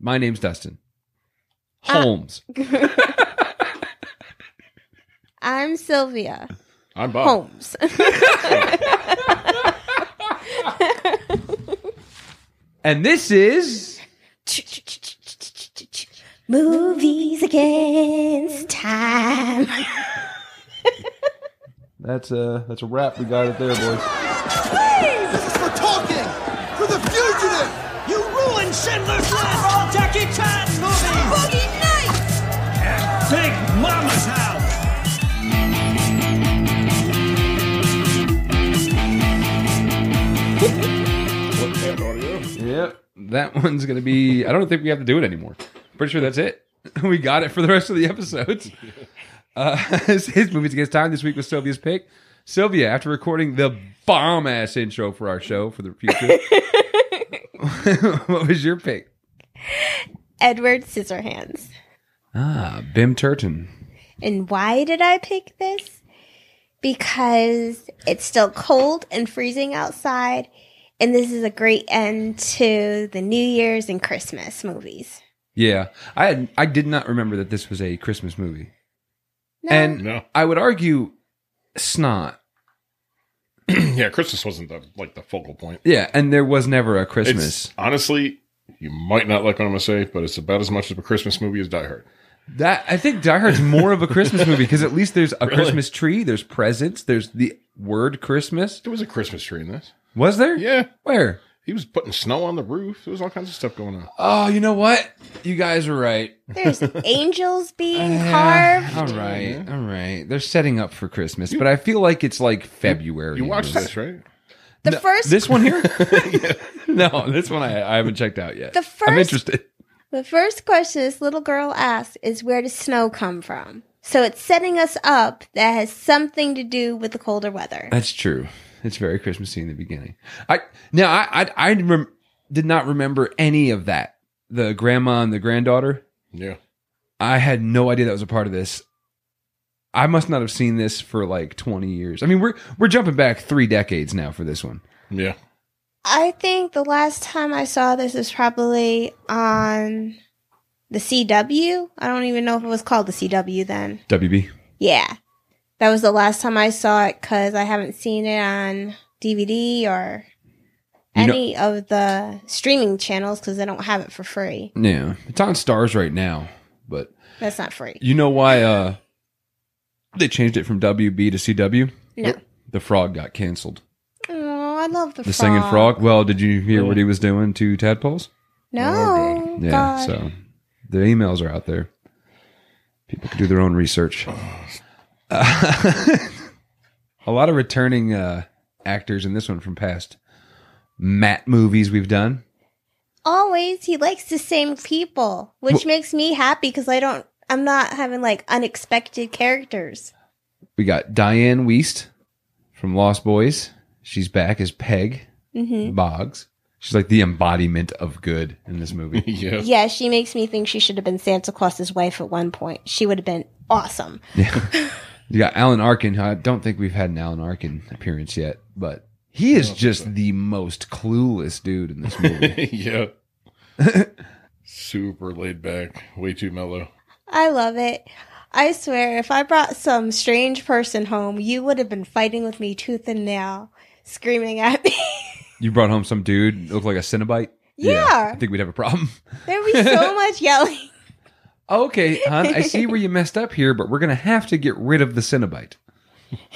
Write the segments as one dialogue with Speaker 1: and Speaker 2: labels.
Speaker 1: My name's Dustin. Holmes.
Speaker 2: I'm Sylvia
Speaker 1: I'm
Speaker 2: Holmes.
Speaker 1: And this is
Speaker 2: Movies against time.
Speaker 1: that's a that's a wrap. We got it there, boys.
Speaker 3: This is for talking, for the fugitive. You ruined Schindler's List. All Jackie Chan movies. Boogie Nights. Big Mama's house.
Speaker 1: Yep. That one's going to be, I don't think we have to do it anymore. Pretty sure that's it. We got it for the rest of the episodes. Uh, his movies against time this week was Sylvia's pick. Sylvia, after recording the bomb ass intro for our show for the future, what was your pick?
Speaker 2: Edward Scissorhands.
Speaker 1: Ah, Bim Turton.
Speaker 2: And why did I pick this? Because it's still cold and freezing outside, and this is a great end to the New Year's and Christmas movies.
Speaker 1: Yeah, I had, I did not remember that this was a Christmas movie,
Speaker 2: No,
Speaker 1: and
Speaker 4: No.
Speaker 1: I would argue, snot.
Speaker 4: yeah, Christmas wasn't the like the focal point.
Speaker 1: Yeah, and there was never a Christmas.
Speaker 4: It's honestly, you might not like what I'm gonna say, but it's about as much of a Christmas movie as Die Hard.
Speaker 1: That I think Die Hard's more of a Christmas movie because at least there's a Christmas tree, there's presents, there's the word Christmas.
Speaker 4: There was a Christmas tree in this.
Speaker 1: Was there?
Speaker 4: Yeah,
Speaker 1: Where?
Speaker 4: he was putting snow on the roof. There was all kinds of stuff going on.
Speaker 1: Oh, you know what? You guys are right.
Speaker 2: there's angels being
Speaker 1: Uh, Yeah,
Speaker 2: carved.
Speaker 1: all right, all right. They're setting up for Christmas, but I feel like it's like February.
Speaker 4: You watched
Speaker 1: No,
Speaker 4: this, right?
Speaker 2: The first
Speaker 1: this one here? no, this one I, I haven't checked out yet.
Speaker 2: The
Speaker 1: I'm
Speaker 2: first-
Speaker 1: interested.
Speaker 2: The first question this little girl asks is where does snow come from? So it's setting us up that has something to do with the colder weather.
Speaker 1: That's true. It's very Christmassy in the beginning. I now I I, I rem, did not remember any of that. The grandma and the granddaughter.
Speaker 4: Yeah.
Speaker 1: I had no idea that was a part of this. I must not have seen this for like 20 years. I mean, we're we're jumping back 3 decades now for this one.
Speaker 4: Yeah.
Speaker 2: I think the last time I saw this was probably on the CW. I don't even know if it was called the CW then.
Speaker 1: WB.
Speaker 2: Yeah. That was the last time I saw it because I haven't seen it on DVD or
Speaker 1: You know-
Speaker 2: any of the streaming channels because they don't have it for free.
Speaker 1: Yeah. It's on Stars right now, but
Speaker 2: That's not free.
Speaker 1: you know why uh they changed it from WB to CW?
Speaker 2: No.
Speaker 1: The frog got canceled.
Speaker 2: Oh, I love the,
Speaker 1: The singing frog. Well, did you hear what he was doing to tadpoles?
Speaker 2: No.
Speaker 1: Yeah,
Speaker 2: God.
Speaker 1: so the emails are out there. People can do their own research. Uh, a lot of returning uh, actors in this one from past Matt movies we've done.
Speaker 2: Always, he likes the same people, which
Speaker 1: Well-
Speaker 2: makes me happy because I don't, I'm not having like unexpected characters.
Speaker 1: We got Diane Weist from Lost Boys. She's back as Peg
Speaker 2: hmm
Speaker 1: Boggs. She's like the embodiment of good in this movie.
Speaker 4: Yeah.
Speaker 2: Yeah, she makes me think she should have been Santa Claus's wife at one point. She would have been awesome.
Speaker 1: You got Alan Arkin. who I don't think we've had an Alan Arkin appearance yet, but he is just the most clueless dude in this movie.
Speaker 4: yeah. Super laid back, way too mellow.
Speaker 2: I love it. I swear, if I brought some strange person home, you would have been fighting with me tooth and nail, screaming at me.
Speaker 1: You brought home some dude that looked like a Cenobite?
Speaker 2: Yeah.
Speaker 1: I think we'd have a problem. Oh,
Speaker 2: There'd be so much yelling.
Speaker 1: Okay, hon, I see where you messed up here, but we're going to have to get rid of the Cenobite.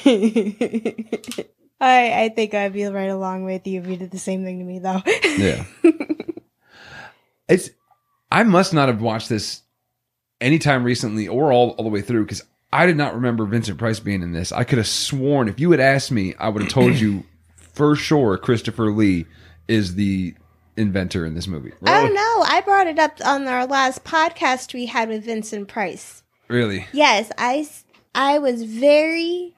Speaker 2: I I think I'd be right along with you if you did the same thing to me though.
Speaker 1: Yeah. it's I must not have watched this anytime recently or all, all the way through because I did not remember Vincent Price being in this. I could have sworn if you had asked me, I would have told you for sure Christopher Lee is the inventor in this movie.
Speaker 2: oh no, I brought it up on our last podcast we had with Vincent Price.
Speaker 1: Really?
Speaker 2: Yes, I s- I was very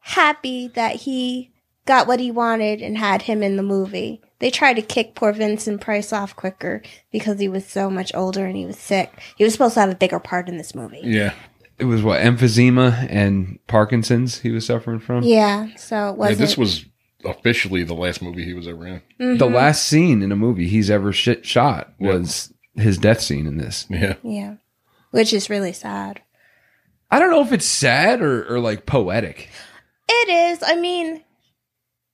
Speaker 2: happy that he got what he wanted and had him in the movie. They tried to kick poor Vincent Price off quicker because he was so much older and he was sick. He was supposed to have a bigger part in this movie.
Speaker 4: Yeah.
Speaker 1: It was what emphysema and Parkinson's he was suffering from.
Speaker 2: Yeah, so it
Speaker 4: yeah
Speaker 2: wasn't.
Speaker 4: this was officially the last movie he was ever in.
Speaker 1: The last scene in a movie he's ever shit shot was his death scene in this.
Speaker 4: Yeah.
Speaker 2: Yeah. Which is really sad.
Speaker 1: I don't know if it's sad or, or like poetic.
Speaker 2: It is. I mean,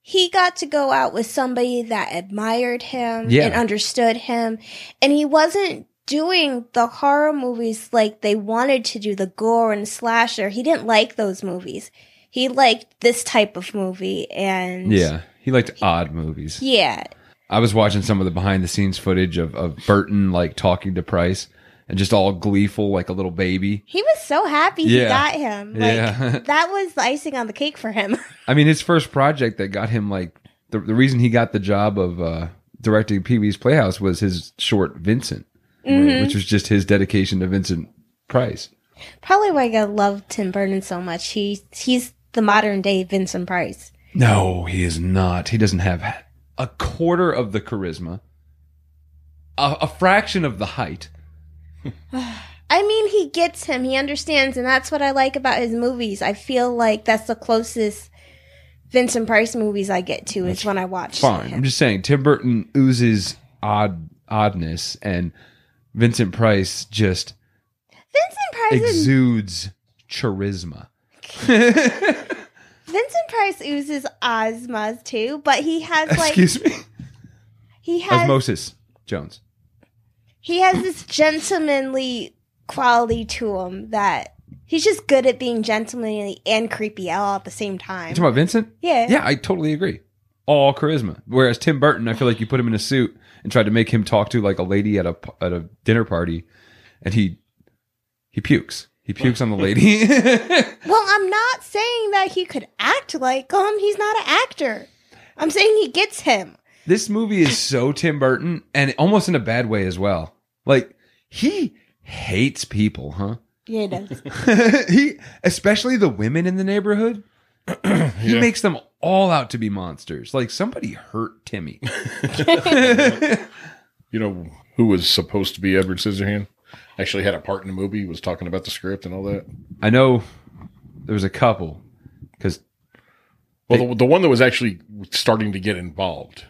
Speaker 2: he got to go out with somebody that admired him
Speaker 1: Yeah.
Speaker 2: and understood him. And he wasn't doing the horror movies like they wanted to do, the gore and slasher. He didn't like those movies. He liked this type of movie. And
Speaker 1: Yeah. He liked odd movies.
Speaker 2: Yeah.
Speaker 1: I was watching some of the behind the scenes footage of, of Burton like talking to Price and just all gleeful like a little baby.
Speaker 2: He was so happy
Speaker 1: Yeah.
Speaker 2: he got him. Like,
Speaker 1: Yeah.
Speaker 2: that was the icing on the cake for him.
Speaker 1: I mean, his first project that got him like the, the reason he got the job of uh, directing Pee Wee's Playhouse was his short Vincent, which was just his dedication to Vincent Price.
Speaker 2: Probably why I love Tim Burton so much. He he's the modern day Vincent Price.
Speaker 1: No, he is not. He doesn't have a quarter of the charisma, a, a fraction of the height.
Speaker 2: I mean, he gets him. He understands, and that's what I like about his movies. I feel like that's the closest Vincent Price movies I get to is when I watch.
Speaker 1: Fine. I'm
Speaker 2: him.
Speaker 1: just saying Tim Burton oozes odd oddness and Vincent Price just
Speaker 2: Vincent Price. is-
Speaker 1: exudes charisma.
Speaker 2: Vincent Price oozes osmas too, but he has like
Speaker 1: Excuse me.
Speaker 2: he has
Speaker 1: Osmosis Jones.
Speaker 2: he has this gentlemanly quality to him that he's just good at being gentlemanly and creepy all at the same
Speaker 1: You
Speaker 2: time.
Speaker 1: talking about Vincent?
Speaker 2: Yeah.
Speaker 1: Yeah, I totally agree. All charisma. Whereas Tim Burton, I feel like you put him in a suit and tried to make him talk to like a lady at a at a dinner party, and he he pukes. He pukes on the lady.
Speaker 2: Well, I'm not saying that he could act like him. He's not an actor. I'm saying he gets him.
Speaker 1: this movie is so Tim Burton, and almost in a bad way as well. Like he hates people, huh?
Speaker 2: Yeah, he does.
Speaker 1: he especially the women in the neighborhood he
Speaker 4: Yeah.
Speaker 1: makes them all out to be monsters like somebody hurt timmy
Speaker 4: You know who was supposed to be Edward Scissorhand? Actually had a part in the movie. Was talking about the script and all that.
Speaker 1: i know there was a couple because
Speaker 4: Well, the, the one that was actually starting to get involved.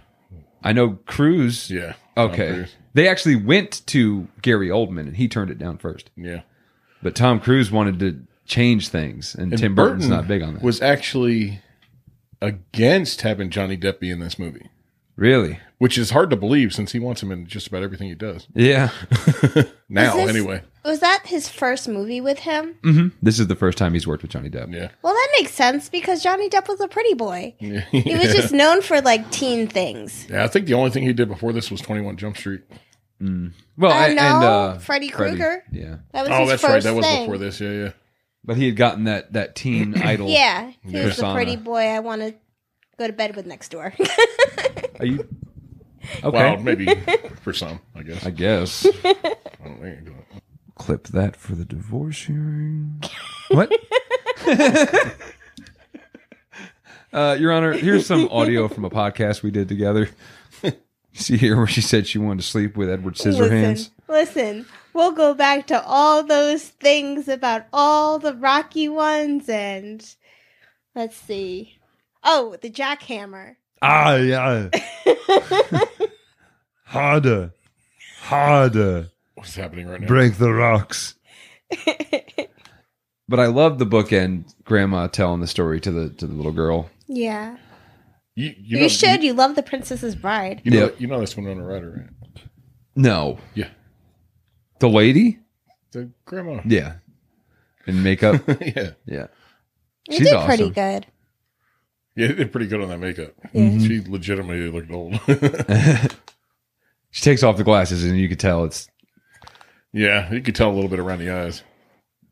Speaker 1: i know cruz
Speaker 4: Yeah.
Speaker 1: okay
Speaker 4: Tom Cruise.
Speaker 1: they actually went to gary oldman and he turned it down first
Speaker 4: Yeah.
Speaker 1: but tom cruise wanted to change things and, tim burton's not big on that
Speaker 4: Was actually against having Johnny Depp be in this movie,
Speaker 1: really
Speaker 4: which is hard to believe since he wants him in just about everything he does
Speaker 1: yeah
Speaker 4: now.
Speaker 2: this-
Speaker 4: Anyway.
Speaker 2: Was that his first movie with him?
Speaker 1: hmm this is the first time he's worked with johnny depp
Speaker 4: Yeah.
Speaker 2: Well, that makes sense because Johnny Depp was a pretty boy.
Speaker 4: yeah.
Speaker 2: He was just known for like teen things.
Speaker 4: I think the only thing he did before this was Twenty One Jump Street.
Speaker 1: well
Speaker 2: Uh,
Speaker 1: I, and
Speaker 2: no,
Speaker 1: uh
Speaker 2: Freddy
Speaker 1: Freddy.
Speaker 2: Krueger.
Speaker 1: yeah
Speaker 2: That was
Speaker 4: Oh,
Speaker 2: his
Speaker 4: that's
Speaker 2: first
Speaker 4: right. That was
Speaker 2: thing.
Speaker 4: before this. Yeah, yeah.
Speaker 1: but he had gotten that that teen idol
Speaker 2: Yeah, he was the
Speaker 1: Persona.
Speaker 2: pretty boy I want to go to bed with next door.
Speaker 1: Are you okay?
Speaker 4: Well, maybe for some, I guess.
Speaker 1: I
Speaker 4: I,
Speaker 1: guess.
Speaker 4: don't think.
Speaker 1: Clip that for the divorce hearing. What? uh, Your Honor, here's some audio from a podcast we did together. See here where she said she wanted to sleep with Edward Scissorhands.
Speaker 2: Listen, listen, we'll go back to all those things about all the rocky ones and let's see. Oh, the jackhammer.
Speaker 5: Ah, ja. harder. Harder.
Speaker 4: What's happening right now?
Speaker 5: Break the rocks.
Speaker 1: But I love the bookend. Grandma telling the story to the to the little girl.
Speaker 2: Yeah.
Speaker 4: you, you
Speaker 2: You,
Speaker 4: know,
Speaker 2: should.
Speaker 4: You,
Speaker 2: You, love the Princess's bride.
Speaker 4: you know,
Speaker 1: Yep.
Speaker 4: you know that's Winona Ryder, right?
Speaker 1: No,
Speaker 4: Yeah,
Speaker 1: the lady.
Speaker 4: the grandma.
Speaker 1: Yeah, in makeup.
Speaker 4: yeah,
Speaker 1: yeah,
Speaker 2: You
Speaker 1: She's
Speaker 2: did pretty
Speaker 1: awesome.
Speaker 2: good.
Speaker 4: yeah, they're pretty good on that makeup. She legitimately looked old.
Speaker 1: she takes off the glasses and you could tell it's
Speaker 4: yeah, you could tell a little bit around the eyes.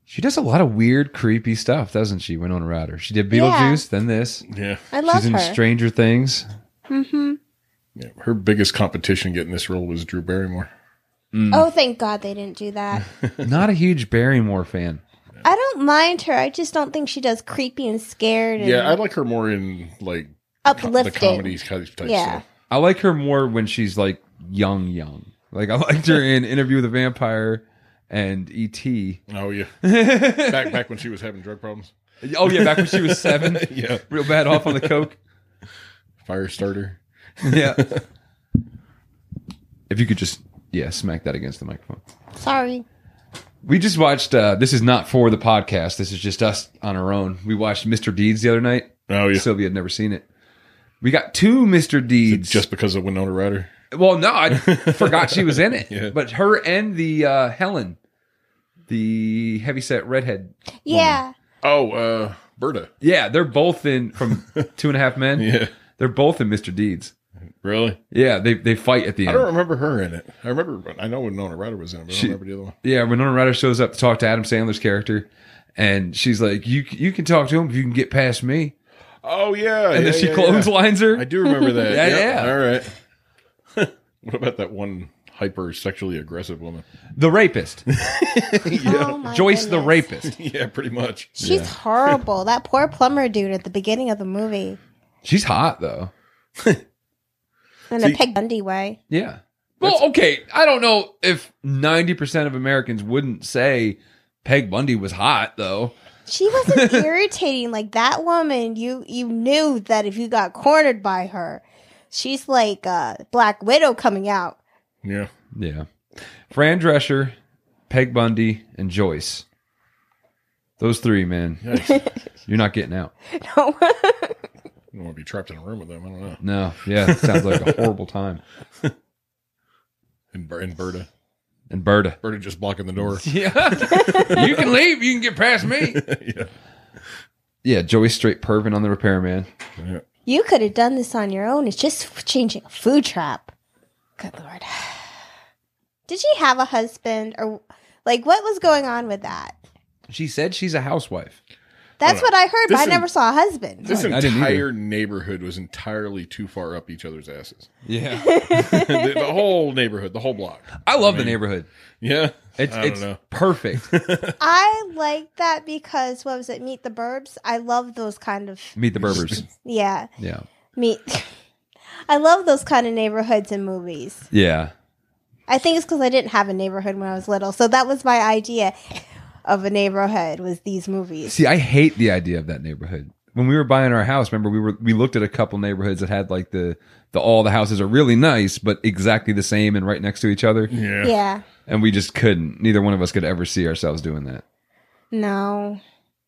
Speaker 1: She does a lot of weird, creepy stuff, doesn't she? Winona Ryder. She did Beetlejuice, then this.
Speaker 4: Yeah,
Speaker 2: I love
Speaker 1: She's in
Speaker 2: her.
Speaker 1: Stranger Things.
Speaker 4: Mm. yeah. Her biggest competition getting this role was Drew Barrymore. Mm.
Speaker 2: Oh, thank God they didn't do that.
Speaker 1: Not a huge Barrymore fan.
Speaker 2: I don't mind her. I just don't think she does creepy and scared and
Speaker 4: Yeah, I like her more in like co- the
Speaker 2: uplifting.
Speaker 4: comedy type type
Speaker 2: Yeah.
Speaker 4: stuff.
Speaker 1: I like her more when she's like young, young. Like I liked her in Interview with a Vampire and E E.T.
Speaker 4: Oh yeah, back back when she was having drug problems.
Speaker 1: Oh yeah, back when she was seven,
Speaker 4: Yeah,
Speaker 1: real bad off on the coke.
Speaker 4: fire starter.
Speaker 1: Yeah. If you could just Yeah, smack that against the microphone.
Speaker 2: Sorry.
Speaker 1: We just watched. Uh, this is not for the podcast. This is just us on our own. We watched Mr. Deeds the other night.
Speaker 4: Oh, yeah.
Speaker 1: Sylvia had never seen it. We got two Mr. Deeds.
Speaker 4: Just because of Winona Ryder.
Speaker 1: well, no, I forgot she was in it.
Speaker 4: Yeah.
Speaker 1: But her and the uh, Helen, the heavyset redhead.
Speaker 2: Yeah.
Speaker 4: Oh, uh, Berta.
Speaker 1: Yeah, they're both in from Two and a Half Men.
Speaker 4: Yeah.
Speaker 1: They're both in Mr. Deeds.
Speaker 4: Really?
Speaker 1: Yeah, they they fight at the
Speaker 4: I
Speaker 1: end.
Speaker 4: don't remember her in it. I remember, I know Winona Ryder was in it, but
Speaker 1: She-
Speaker 4: I don't remember the other one.
Speaker 1: Yeah, Winona Ryder shows up to talk to Adam Sandler's character, and she's like, "You you can talk to him if you can get past me."
Speaker 4: Oh, yeah.
Speaker 1: And
Speaker 4: yeah,
Speaker 1: then she
Speaker 4: yeah, yeah.
Speaker 1: clotheslines her.
Speaker 4: I do remember that.
Speaker 1: Yeah,
Speaker 4: Yep.
Speaker 1: yeah.
Speaker 4: All right. what about that one hyper sexually aggressive woman?
Speaker 1: The rapist,
Speaker 2: Oh my
Speaker 1: Joyce the
Speaker 2: goodness.
Speaker 1: rapist.
Speaker 4: yeah, pretty much.
Speaker 2: She's horrible. That poor plumber dude at the beginning of the movie
Speaker 1: She's hot though.
Speaker 2: in a
Speaker 4: See-
Speaker 2: Peg Bundy way.
Speaker 1: Yeah. Well, okay. I don't know if ninety percent of Americans wouldn't say Peg Bundy was hot though.
Speaker 2: She wasn't irritating like that woman. You you knew that if you got cornered by her, she's like uh, Black Widow coming out.
Speaker 4: Yeah.
Speaker 1: Yeah. Fran Drescher, Peg Bundy, and Joyce. Those three, man. You're not getting out.
Speaker 2: No.
Speaker 4: I don't want to be trapped in a room with them. I don't know.
Speaker 1: No. Yeah. it Sounds like a horrible time.
Speaker 4: And, Ber- and Berta.
Speaker 1: And Berta.
Speaker 4: Berta just blocking the door.
Speaker 1: Yeah. you can leave. You can get past me.
Speaker 4: yeah.
Speaker 1: Yeah. Joey's straight pervin on the repairman.
Speaker 4: yeah.
Speaker 2: you could have done this on your own. It's just changing a food trap. Good lord. Did she have a husband or like what was going on with that?
Speaker 1: She said she's a housewife.
Speaker 2: That's what I heard, but
Speaker 4: This
Speaker 2: I
Speaker 4: is-
Speaker 2: never saw a husband.
Speaker 4: This
Speaker 1: I didn't either.
Speaker 4: entire neighborhood was entirely too far up each other's asses.
Speaker 1: Yeah.
Speaker 4: the, the whole neighborhood, the whole block.
Speaker 1: I love the neighborhood.
Speaker 4: Yeah.
Speaker 1: It's,
Speaker 4: I don't
Speaker 1: it's
Speaker 4: know.
Speaker 1: perfect.
Speaker 2: I like that because what was it? Meet the Burbs. I love those kind of
Speaker 1: Meet the Berbers.
Speaker 2: yeah.
Speaker 1: Yeah.
Speaker 2: Meet. I love those kind of neighborhoods and movies.
Speaker 1: Yeah.
Speaker 2: I think it's because I didn't have a neighborhood when I was little, so that was my idea of a neighborhood was these movies.
Speaker 1: See, I hate the idea of that neighborhood. When we were buying our house, remember we were we looked at a couple neighborhoods that had like the the all the houses are really nice, but exactly the same and right next to each other,
Speaker 4: Yeah.
Speaker 2: Yeah.
Speaker 1: and we just couldn't. Neither one of us could ever see ourselves doing that.
Speaker 2: No.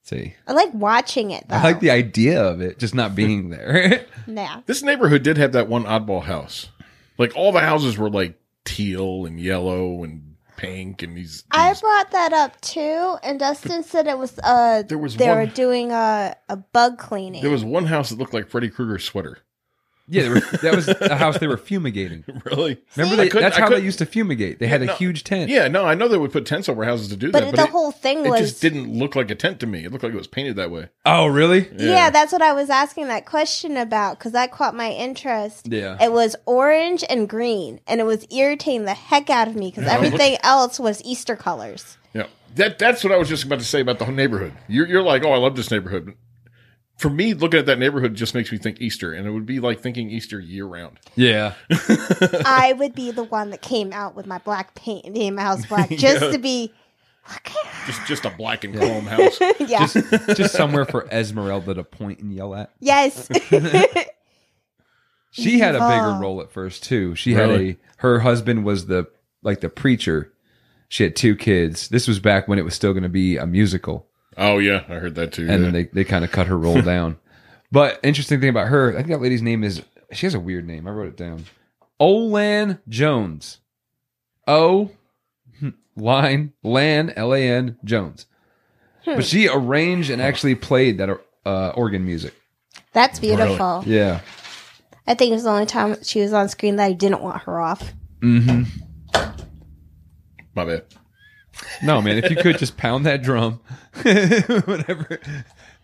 Speaker 1: See,
Speaker 2: I like watching it though.
Speaker 1: I like the idea of it, just not being there.
Speaker 2: Yeah.
Speaker 4: This neighborhood did have that one oddball house. Like all the houses were like teal and yellow and pink and these.
Speaker 2: I
Speaker 4: these-
Speaker 2: brought that up too, and Dustin said it was uh
Speaker 4: There was
Speaker 2: they
Speaker 4: one-
Speaker 2: were doing a a bug cleaning.
Speaker 4: there was one house that looked like Freddy Krueger's sweater.
Speaker 1: yeah, they were, that was a house they were fumigating.
Speaker 4: really?
Speaker 1: Remember,
Speaker 2: I
Speaker 1: they,
Speaker 4: couldn't-
Speaker 1: that's
Speaker 4: I
Speaker 1: how they
Speaker 4: couldn't-
Speaker 1: used to fumigate. They had a
Speaker 4: No.
Speaker 1: huge tent.
Speaker 4: Yeah, no, I know they would put tents over houses to do
Speaker 2: but
Speaker 4: that,
Speaker 2: the
Speaker 4: but it-
Speaker 2: whole thing
Speaker 4: it,
Speaker 2: was
Speaker 4: just didn't look like a tent to me. It looked like it was painted that way.
Speaker 1: Oh, really?
Speaker 2: Yeah. that's what I was asking that question about because that caught my interest.
Speaker 1: Yeah.
Speaker 2: It was orange and green, and it was irritating the heck out of me because everything else was Easter colors.
Speaker 4: Yeah, that that's what I was just about to say about the whole neighborhood. You're you're like, oh, I love this neighborhood. For me, looking at that neighborhood just makes me think Easter, and it would be like thinking Easter year round.
Speaker 1: Yeah.
Speaker 2: I would be the one that came out with my black paint and painted my house black just to be,
Speaker 4: Just just a black and chrome house.
Speaker 2: yeah,
Speaker 1: just somewhere for Esmeralda to point and yell at.
Speaker 2: yes.
Speaker 1: She had a
Speaker 2: Evil.
Speaker 1: bigger role at first too. She had a
Speaker 4: Really?
Speaker 1: her husband was the like the preacher. She had two kids. This was back when it was still going to be a musical,
Speaker 4: Oh yeah, I heard that too.
Speaker 1: and
Speaker 4: yeah.
Speaker 1: then they they kind of cut her role down. But interesting thing about her, I think that lady's name is she has a weird name. I wrote it down. Olan Jones. O hmm, line Lan L A N Jones. But she arranged and actually played that uh, organ music.
Speaker 2: That's beautiful.
Speaker 1: Yeah.
Speaker 2: I think it was the only time she was on screen that I didn't want her off.
Speaker 4: My bad.
Speaker 1: No, man. If you could just pound that drum, whatever.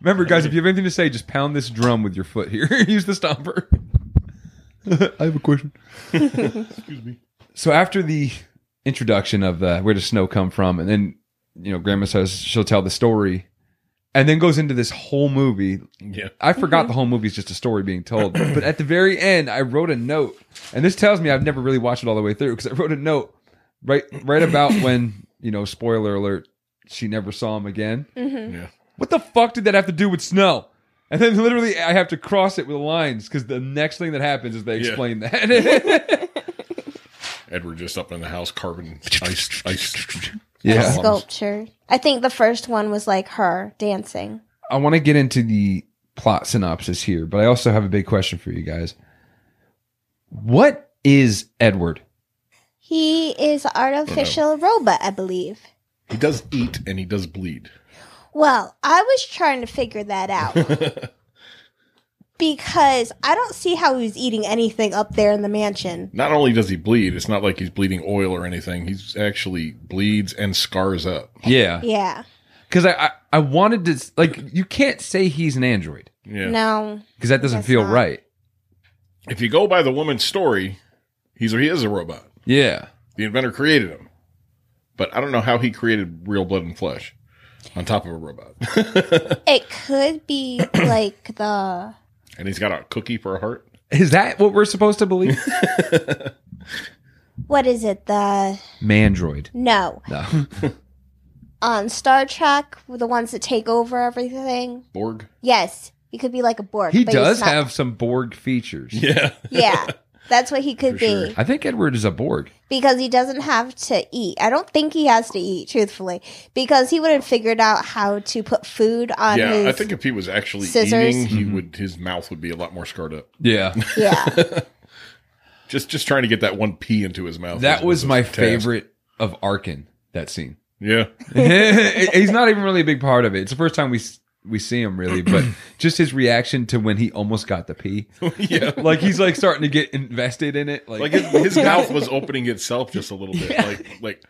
Speaker 1: Remember, guys, if you have anything to say, just pound this drum with your foot here. Use the stomper. I have a question. Excuse me. So after the introduction of the where does snow come from, and then you know, Grandma says she'll tell the story, and then goes into this whole movie.
Speaker 4: Yeah,
Speaker 1: I forgot the whole movie is just a story being told, but at the very end, I wrote a note, and this tells me I've never really watched it all the way through because I wrote a note right right about when you know spoiler alert she never saw him again
Speaker 2: Hmm.
Speaker 4: yeah.
Speaker 1: what the fuck did that have to do with snow and then literally i have to cross it with lines because the next thing that happens is they
Speaker 4: Yeah.
Speaker 1: explain that
Speaker 4: Edward just up in the house carving ice. ice.
Speaker 1: Yeah.
Speaker 4: columns.
Speaker 2: Sculpture. I think the first one was like her dancing.
Speaker 1: I want to get into the plot synopsis here, but I also have a big question for you guys. What is Edward?
Speaker 2: He is an artificial robot, I believe.
Speaker 4: He does eat and he does bleed.
Speaker 2: Well, I was trying to figure that out because I don't see how he was eating anything up there in the mansion.
Speaker 4: not only does he bleed, it's not like he's bleeding oil or anything. He's actually bleeds and scars up.
Speaker 1: Yeah.
Speaker 2: Yeah.
Speaker 1: Because I, I, I wanted to, like, you can't say he's an android
Speaker 4: Yeah.
Speaker 2: No.
Speaker 1: because that doesn't
Speaker 2: That's
Speaker 1: feel
Speaker 2: not-
Speaker 1: right.
Speaker 4: If you go by the woman's story, he's he is a robot.
Speaker 1: Yeah.
Speaker 4: The inventor created him, but I don't know how he created real blood and flesh on top of a robot.
Speaker 2: It could be like the
Speaker 4: and he's got a cookie for a heart.
Speaker 1: Is that what we're supposed to believe?
Speaker 2: what is it? The
Speaker 1: Mandroid.
Speaker 2: no
Speaker 1: No.
Speaker 2: on Star Trek, the ones that take over everything.
Speaker 4: Borg.
Speaker 2: Yes, he could be like a Borg.
Speaker 1: He
Speaker 2: but he's
Speaker 1: does
Speaker 2: not.
Speaker 1: have some Borg features.
Speaker 4: Yeah.
Speaker 2: Yeah, that's what he could be
Speaker 1: I think Edward is a Borg.
Speaker 2: because he doesn't have to eat. I don't think he has to eat, truthfully, because he would have figured out how to put food on
Speaker 4: yeah.
Speaker 2: his.
Speaker 4: I think if he was actually
Speaker 2: scissors.
Speaker 4: eating,
Speaker 1: Mm-hmm.
Speaker 4: he would his mouth would be a lot more scarred up.
Speaker 1: Yeah.
Speaker 2: yeah.
Speaker 4: Just just trying to get that one pea into his mouth.
Speaker 1: That was my
Speaker 4: his task.
Speaker 1: favorite of Arkin, that scene.
Speaker 4: Yeah.
Speaker 1: He's not even really a big part of it. It's the first time we s- we see him really, but just his reaction to when he almost got the pee.
Speaker 4: yeah.
Speaker 1: Like he's like starting to get invested in it. Like,
Speaker 4: Like his, his mouth was opening itself just a little bit.
Speaker 1: Yeah.
Speaker 4: Like like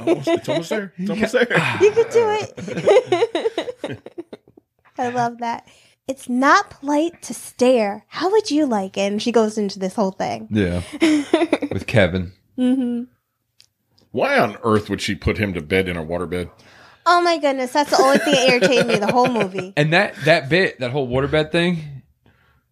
Speaker 4: almost, it's almost there. It's almost there.
Speaker 2: You could do it. I love that. It's not polite to stare. How would you like it? And she goes into this whole thing.
Speaker 1: yeah, with Kevin.
Speaker 2: hmm
Speaker 4: Why on earth would she put him to bed in a waterbed?
Speaker 2: Oh my goodness, that's the only thing that irritated me the whole movie.
Speaker 1: And that that bit, that whole waterbed thing,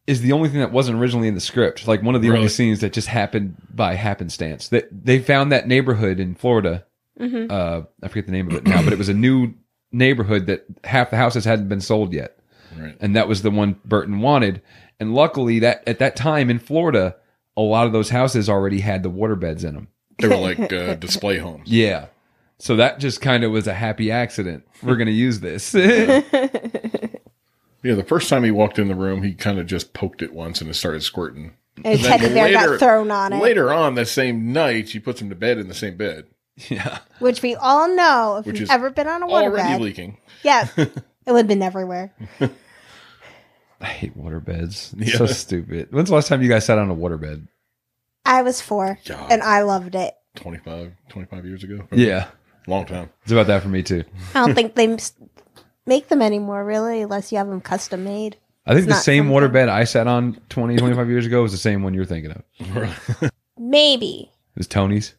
Speaker 1: is the only thing that wasn't originally in the script. Like one of the
Speaker 4: Really?
Speaker 1: only scenes that just happened by happenstance. That they found that neighborhood in Florida.
Speaker 2: Mhm.
Speaker 1: Uh, I forget the name of it now, but it was a new neighborhood that half the houses hadn't been sold yet.
Speaker 4: Right.
Speaker 1: and that was the one Burton wanted. And luckily, that at that time in Florida, a lot of those houses already had the waterbeds in them.
Speaker 4: They were like uh, display homes.
Speaker 1: Yeah, so that just kind of was a happy accident. We're gonna use this. yeah,
Speaker 4: Yeah, the first time he walked in the room, he kind of just poked it once and it started squirting.
Speaker 2: A
Speaker 4: then
Speaker 2: teddy bear
Speaker 4: later-
Speaker 2: got thrown on it,
Speaker 4: Later on that same night, she puts him to bed in the same bed,
Speaker 2: which we all know if
Speaker 4: Which
Speaker 2: you've
Speaker 4: is
Speaker 2: ever been on a
Speaker 4: already
Speaker 2: waterbed.
Speaker 4: leaking.
Speaker 2: Yeah, it would have been everywhere.
Speaker 1: I hate waterbeds. It's
Speaker 4: Yeah.
Speaker 1: So stupid. When's the last time you guys sat on a waterbed?
Speaker 2: I was four,
Speaker 4: God.
Speaker 2: and I loved it.
Speaker 4: 25, 25 years ago.
Speaker 1: Yeah,
Speaker 4: Long time.
Speaker 1: it's about that for me too.
Speaker 2: I don't think they s- make them anymore, really, unless you have them custom made.
Speaker 1: I think
Speaker 2: It's
Speaker 1: the
Speaker 2: not
Speaker 1: same
Speaker 2: something-
Speaker 1: waterbed I sat on 20, 25 years ago was the same one you're thinking of. It
Speaker 2: Maybe
Speaker 1: was Tony's.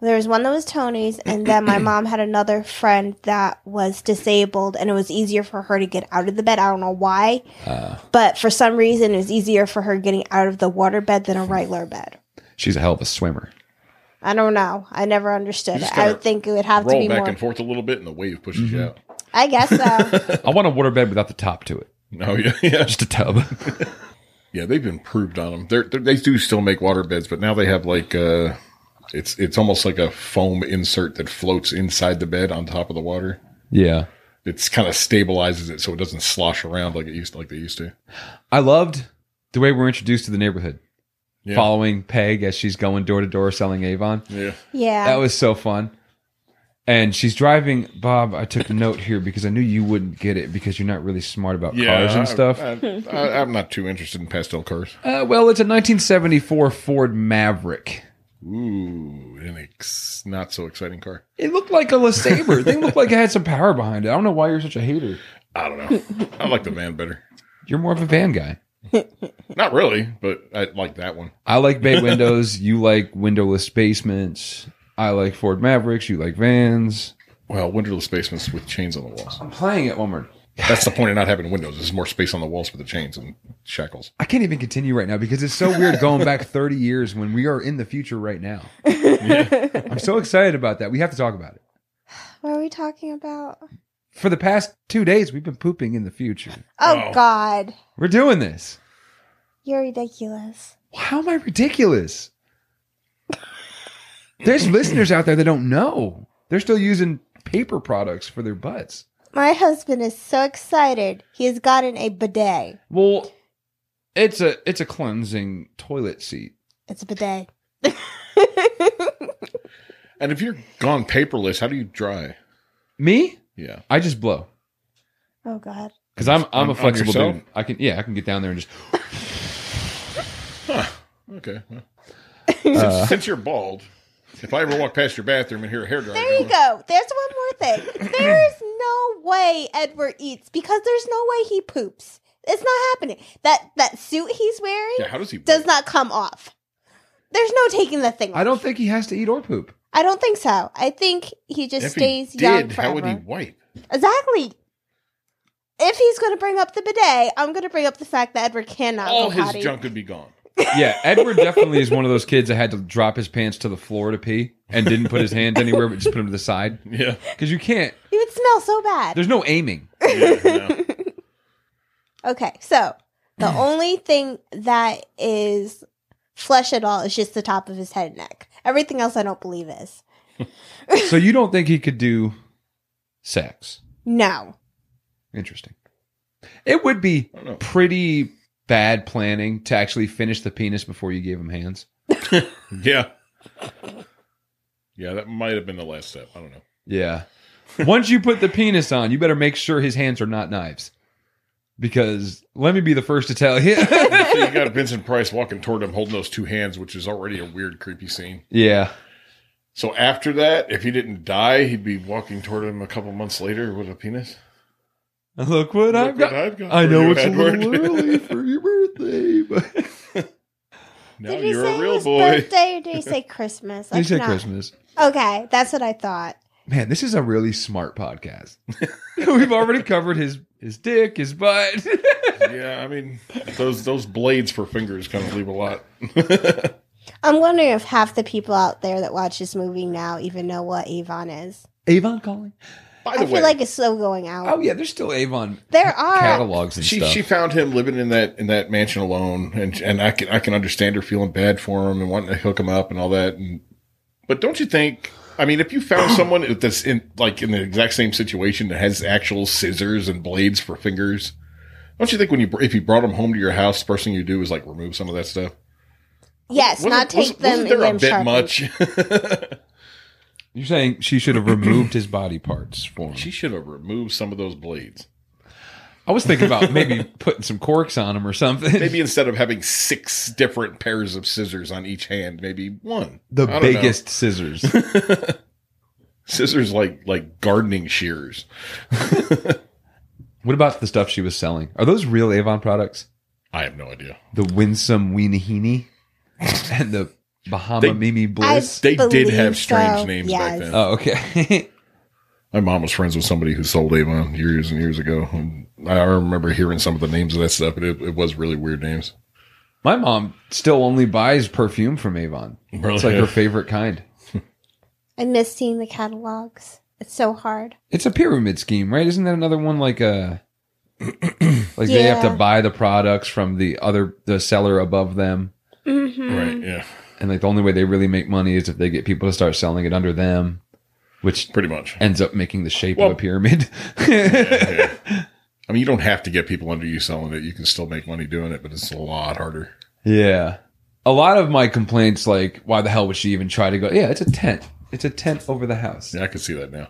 Speaker 2: There was one that was Tony's, and then my mom had another friend that was disabled, and it was easier for her to get out of the bed. I don't know why,
Speaker 4: Uh.
Speaker 2: but for some reason, it was easier for her getting out of the water bed than a regular bed.
Speaker 1: She's a hell of a swimmer.
Speaker 2: I don't know. I never understood
Speaker 4: just
Speaker 2: it. I
Speaker 4: gotta
Speaker 2: would think it would have to
Speaker 4: Roll
Speaker 2: be
Speaker 4: back
Speaker 2: more.
Speaker 4: and forth a little bit and the wave pushes you out.
Speaker 2: I guess so.
Speaker 1: I want a waterbed without the top to it,
Speaker 4: Oh, yeah. Yeah.
Speaker 1: just a tub.
Speaker 4: Yeah, they've improved on them. They're, they're, they do still make water beds, but now they have like uh, it's it's almost like a foam insert that floats inside the bed on top of the water.
Speaker 1: yeah.
Speaker 4: It's kind of stabilizes it so it doesn't slosh around like it used like they used to.
Speaker 1: I loved the way we're introduced to the neighborhood,
Speaker 4: Yeah.
Speaker 1: following Peg as she's going door to door selling Avon.
Speaker 4: Yeah,
Speaker 2: yeah.
Speaker 1: That was so fun. And she's driving. Bob, I took a note here because I knew you wouldn't get it because you're not really smart about cars and stuff.
Speaker 4: I, I, I'm not too interested in pastel cars.
Speaker 1: uh, well, it's a 1974 Ford Maverick.
Speaker 4: Ooh, an ex- not so exciting car.
Speaker 1: It looked like a LeSabre. they looked like it had some power behind it. I don't know why you're such a hater.
Speaker 4: I don't know. I like the van better.
Speaker 1: You're more of a van guy.
Speaker 4: Not really, but I like that one.
Speaker 1: I like bay windows. You like windowless basements. I like Ford Mavericks. You like vans.
Speaker 4: Well, windowless basements with chains on the walls.
Speaker 1: I'm playing it, Wilmer.
Speaker 4: That's the point of not having windows. There's more space on the walls for the chains and shackles.
Speaker 1: I can't even continue right now because it's so weird going back 30 years when we are in the future right now. I'm so excited about that. We have to talk about it.
Speaker 2: what are we talking about? Oh,
Speaker 1: For the past two days, we've been pooping in the future.
Speaker 4: Oh.
Speaker 2: God,
Speaker 1: We're doing this.
Speaker 2: you're ridiculous.
Speaker 1: How am I ridiculous? There's listeners out there that don't know. They're still using paper products for their butts.
Speaker 2: My husband is so excited. He has gotten a bidet.
Speaker 1: Well, it's a it's a cleansing toilet seat.
Speaker 2: It's a bidet.
Speaker 4: And if you're gone paperless, how do you dry?
Speaker 1: Me?
Speaker 4: Yeah.
Speaker 1: I just blow.
Speaker 2: oh God.
Speaker 1: Because I'm I'm
Speaker 4: On-
Speaker 1: a
Speaker 4: on
Speaker 1: flexible
Speaker 4: yourself?
Speaker 1: dude. I can yeah, I can get down there and just
Speaker 4: Okay. well. since, since you're bald, if I ever walk past your bathroom and hear a hair dryer,
Speaker 2: There you
Speaker 4: going,
Speaker 2: go. There's one more thing. There is no way Edward eats because there's no way he poops. It's not happening. That that suit he's wearing
Speaker 4: Yeah, how does he?
Speaker 2: does not come off. There's no taking the thing off.
Speaker 1: I don't think he has to eat or poop.
Speaker 2: I don't think so. I think he just
Speaker 4: If he
Speaker 2: stays
Speaker 4: did,
Speaker 2: young forever.
Speaker 4: How would he wipe?
Speaker 2: Exactly. If he's going to bring up the bidet, I'm going to bring up the fact that Edward cannot
Speaker 4: All
Speaker 2: go
Speaker 4: his
Speaker 2: potty.
Speaker 4: junk would be gone.
Speaker 1: Yeah, Edward definitely is one of those kids that had to drop his pants to the floor to pee and didn't put his hands anywhere but just put them to the side.
Speaker 4: Yeah.
Speaker 1: Because you can't
Speaker 2: He would smell so bad.
Speaker 1: there's no aiming.
Speaker 4: Yeah, no.
Speaker 2: Okay, so the only thing that is flesh at all is just the top of his head and neck. Everything else I don't believe is.
Speaker 1: So you don't think he could do sex.
Speaker 2: No.
Speaker 1: Interesting. It would be
Speaker 4: I don't know.
Speaker 1: pretty bad planning to actually finish the penis before you gave him hands.
Speaker 4: Yeah. Yeah, that might have been the last step. I don't know.
Speaker 1: Yeah. Once you put the penis on, you better make sure his hands are not knives. Because let me be the first to tell you.
Speaker 4: So you got Vincent Price walking toward him holding those two hands, which is already a weird, creepy scene.
Speaker 1: yeah.
Speaker 4: So after that, if he didn't die, he'd be walking toward him a couple months later with a penis.
Speaker 1: Look what
Speaker 4: Look
Speaker 1: I've
Speaker 4: what
Speaker 1: got.
Speaker 4: I've got
Speaker 1: I
Speaker 4: for
Speaker 1: know
Speaker 4: you,
Speaker 1: it's a
Speaker 4: Edward.
Speaker 1: little early for your birthday, but
Speaker 4: Now
Speaker 2: did he
Speaker 4: you're
Speaker 2: say
Speaker 4: a real
Speaker 2: his
Speaker 4: boy.
Speaker 2: birthday or did he say Christmas? I
Speaker 1: they said
Speaker 2: cannot-
Speaker 1: Christmas.
Speaker 2: Okay, that's what I thought.
Speaker 1: Man, this is a really smart podcast. We've already covered his his dick, his butt.
Speaker 4: yeah, I mean those those blades for fingers kind of leave a lot.
Speaker 2: I'm wondering if half the people out there that watch this movie now even know what Avon is.
Speaker 1: Avon calling.
Speaker 4: By
Speaker 2: I
Speaker 4: the
Speaker 2: feel
Speaker 4: way,
Speaker 2: like it's still going out.
Speaker 1: Oh yeah, there's still Avon
Speaker 2: there are.
Speaker 1: catalogs and
Speaker 4: Ah. she
Speaker 1: stuff.
Speaker 4: she found him living in that in that mansion alone, and and I can I can understand her feeling bad for him and wanting to hook him up and all that. And but don't you think? I mean, if you found someone that's in like in the exact same situation that has actual scissors and blades for fingers, don't you think when you br- if you brought them home to your house, first thing you do is like remove some of that stuff?
Speaker 2: Yes, not take
Speaker 4: wasn't-
Speaker 2: them
Speaker 4: wasn't
Speaker 2: and them
Speaker 4: there a bit
Speaker 2: sharpen.
Speaker 4: much?
Speaker 1: You're saying she should have removed his body parts for him.
Speaker 4: she should have removed some of those blades.
Speaker 1: I was thinking about maybe putting some corks on him or something.
Speaker 4: Maybe instead of having six different pairs of scissors on each hand, maybe one. I
Speaker 1: the
Speaker 4: don't know.
Speaker 1: biggest scissors.
Speaker 4: scissors like like gardening shears.
Speaker 1: what about the stuff she was selling? Are those real Avon products?
Speaker 4: I have no idea.
Speaker 1: The Winsome Weenahini and the Bahama
Speaker 4: They-
Speaker 1: Mimi Bliss?
Speaker 4: They did
Speaker 2: Believe
Speaker 4: have strange
Speaker 2: so,
Speaker 4: names
Speaker 2: yes.
Speaker 4: back then.
Speaker 1: oh, okay.
Speaker 4: My mom was friends with somebody who sold Avon years and years ago. And I remember hearing some of the names of that stuff, and it, it was really weird names.
Speaker 1: My mom still only buys perfume from Avon.
Speaker 4: Really?
Speaker 1: It's like her favorite kind.
Speaker 2: I miss seeing the catalogs. It's so hard.
Speaker 1: It's a pyramid scheme, right? Isn't that another one like a like they have to
Speaker 2: Yeah.
Speaker 1: buy the products from the other the seller above them?
Speaker 4: Right? Yeah,
Speaker 1: and like the only way they really make money is if they get people to start selling it under them, which
Speaker 4: pretty much.
Speaker 1: ends up making the shape
Speaker 4: Well-
Speaker 1: of a pyramid.
Speaker 4: I mean, you don't have to get people under you selling it. You can still make money doing it, but it's a lot harder.
Speaker 1: yeah, a lot of my complaints, like why the hell would she even try to go? Yeah, it's a tent. It's a tent over the house.
Speaker 4: Yeah, I can see that now.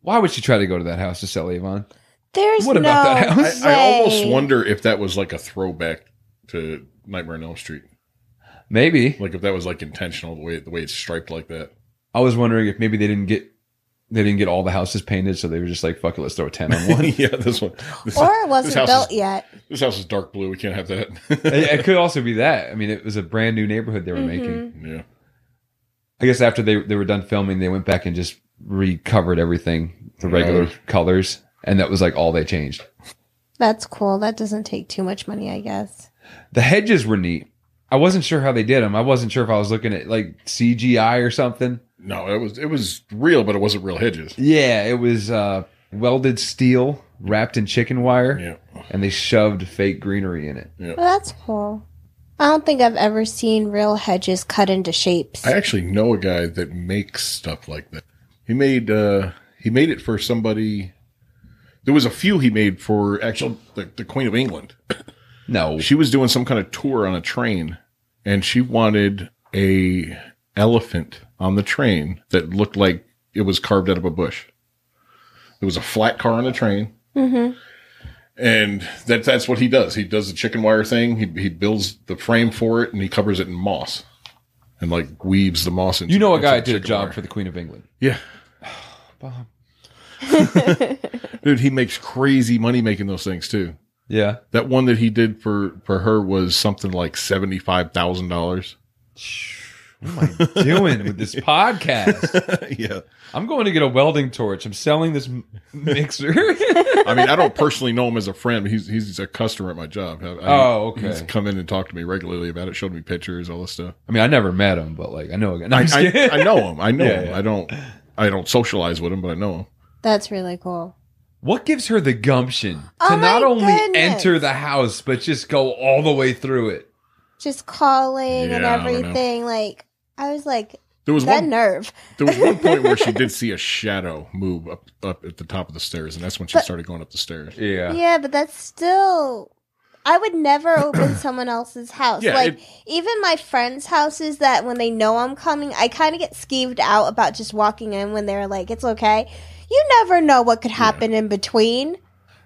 Speaker 1: Why would she try to go to that house to sell Avon?
Speaker 2: There's
Speaker 1: What
Speaker 2: no
Speaker 1: about that house?
Speaker 4: I, I almost
Speaker 2: way.
Speaker 4: wonder if that was like a throwback to Nightmare on Elm Street.
Speaker 1: Maybe
Speaker 4: Like if that was like intentional the way the way it's striped like that.
Speaker 1: I was wondering if maybe they didn't get they didn't get all the houses painted, so they were just like, "Fuck it, let's throw a tent on one."
Speaker 4: yeah, this one. This,
Speaker 2: Or it wasn't
Speaker 4: this house
Speaker 2: built e-
Speaker 4: is-
Speaker 2: yet.
Speaker 4: This house is dark blue. We can't have that.
Speaker 1: it, it could also be that. I mean, it was a brand new neighborhood they were making.
Speaker 4: yeah.
Speaker 1: I guess after they they were done filming, they went back and just recovered everything the regular
Speaker 4: Yeah.
Speaker 1: colors, and that was like all they changed.
Speaker 2: That's cool. That doesn't take too much money, I guess.
Speaker 1: The hedges were neat. I wasn't sure how they did them. I wasn't sure if I was looking at like CGI or something.
Speaker 4: No, it was it was real, but it wasn't real hedges.
Speaker 1: Yeah, it was uh, welded steel wrapped in chicken wire,
Speaker 4: Yeah.
Speaker 1: and they shoved fake greenery in it.
Speaker 2: Well, that's cool. I don't think I've ever seen real hedges cut into shapes.
Speaker 4: I actually know a guy that makes stuff like that. He made uh he made it for somebody. There was a few he made for actual the, the Queen of England.
Speaker 1: No.
Speaker 4: She was doing some kind of tour on a train, and she wanted a elephant on the train that looked like it was carved out of a bush. It was a flat car on a train, and that that's what he does. He does the chicken wire thing. He he builds the frame for it, and he covers it in moss, and like weaves the moss into.
Speaker 1: You know a
Speaker 4: into
Speaker 1: guy did a
Speaker 4: chicken
Speaker 1: job
Speaker 4: wire.
Speaker 1: for the Queen of England.
Speaker 4: Yeah. Dude, he makes crazy money making those things too.
Speaker 1: Yeah.
Speaker 4: That one that he did for for her was something like seventy five thousand dollars.
Speaker 1: Doing with this podcast.
Speaker 4: Yeah,
Speaker 1: I'm going to get a welding torch. I'm selling this m- mixer.
Speaker 4: I mean, I don't personally know him as a friend. But he's he's a customer at my job. I, I-
Speaker 1: Oh, okay.
Speaker 4: He's come in and talked to me regularly about it. Showed me pictures, all this stuff.
Speaker 1: I mean, I never met him, but like I know a guy. No, I'm just
Speaker 4: I,
Speaker 1: kidding.
Speaker 4: I know him. I know
Speaker 1: Yeah,
Speaker 4: him.
Speaker 1: yeah.
Speaker 4: I don't I don't socialize with him, but I know him.
Speaker 2: That's really cool.
Speaker 1: What gives her the gumption to
Speaker 2: Oh my
Speaker 1: not only
Speaker 2: goodness.
Speaker 1: enter the house but just go all the way through it?
Speaker 2: Just calling and
Speaker 4: Yeah, I don't know.
Speaker 2: everything. Like I was like
Speaker 4: There was
Speaker 2: that
Speaker 4: one.
Speaker 2: nerve.
Speaker 4: There was one point where she did see a shadow move up up at the top of the stairs, and that's when she
Speaker 2: But-
Speaker 4: started going up the stairs.
Speaker 1: Yeah.
Speaker 2: Yeah, but that's still. I would never open someone else's house.
Speaker 4: Yeah,
Speaker 2: like
Speaker 4: it-
Speaker 2: even my friends' houses that when they know I'm coming, I kind of get skeeved out about just walking in when they're like, "It's okay." You never know what could happen in between.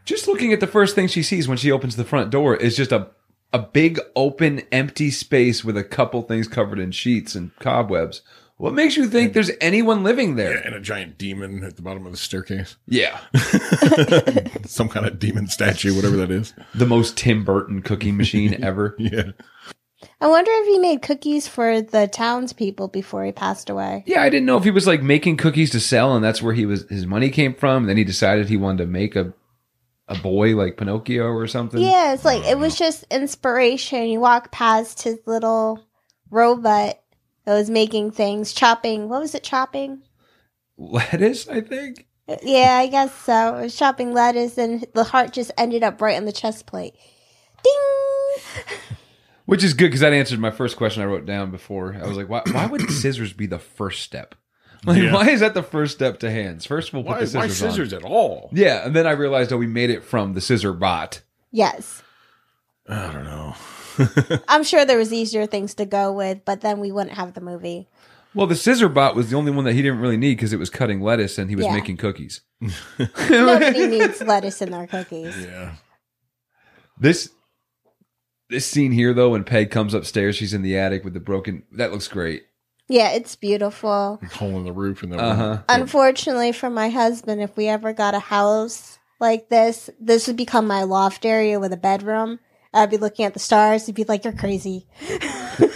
Speaker 1: Just looking at the first thing she sees when she opens the front door is just a a big open empty space with a couple things covered in sheets and cobwebs. What makes you think there's anyone living there?
Speaker 4: And a giant demon at the bottom of the staircase.
Speaker 1: Yeah.
Speaker 4: some kind of demon statue, whatever that is.
Speaker 1: The most Tim Burton cooking machine ever.
Speaker 4: Yeah.
Speaker 2: I wonder if he made cookies for the townspeople before he passed away.
Speaker 1: Yeah, I didn't know if he was like making cookies to sell and that's where he was his money came from. And then he decided he wanted to make a a boy like Pinocchio or something.
Speaker 2: Yeah, it's like it was just inspiration. You walk past his little robot that was making things, chopping. What was it chopping?
Speaker 1: Lettuce, I think.
Speaker 2: Yeah, I guess so. It was chopping lettuce, and the heart just ended up right on the chest plate. Ding!
Speaker 1: Which is good because that answered my first question I wrote down before. I was like, why, why would scissors be the first step? Like,
Speaker 4: Yeah.
Speaker 1: why is that the first step to hands? First, we'll put the scissors, on.
Speaker 4: at all?
Speaker 1: Yeah, and then I realized, oh, we made it from the scissor bot.
Speaker 2: Yes,
Speaker 4: I don't know.
Speaker 2: I'm sure there was easier things to go with, but then we wouldn't have the movie.
Speaker 1: Well, the scissor bot was the only one that he didn't really need because it was cutting lettuce and he was
Speaker 2: Yeah.
Speaker 1: making cookies.
Speaker 2: Nobody needs lettuce in their cookies.
Speaker 4: Yeah.
Speaker 1: This this scene here, though, when Peg comes upstairs, she's in the attic with the broken. That looks great.
Speaker 2: Yeah, it's beautiful.
Speaker 4: Hole in the roof and then
Speaker 1: Uh huh.
Speaker 2: Unfortunately for my husband, if we ever got a house like this, this would become my loft area with a bedroom. I'd be looking at the stars. He'd be like, "You're crazy."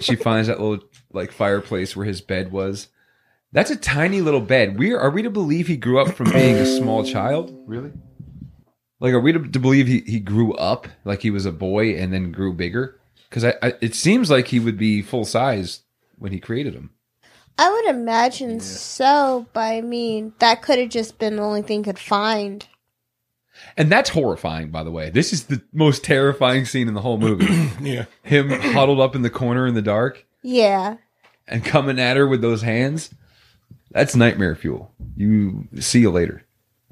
Speaker 1: she finds that little like fireplace where his bed was. That's a tiny little bed. We are we to believe he grew up from being a small child? Really? Like, are we to, to believe he, he grew up like he was a boy and then grew bigger? Because I, I it seems like he would be full size when he created him.
Speaker 2: I would imagine so, but I mean, that could have just been the only thing he could find.
Speaker 1: And that's horrifying, by the way. This is the most terrifying scene in the whole movie.
Speaker 4: Yeah.
Speaker 1: Him huddled up in the corner in the dark
Speaker 2: Yeah.
Speaker 1: and coming at her with those hands. That's nightmare fuel. You see you later.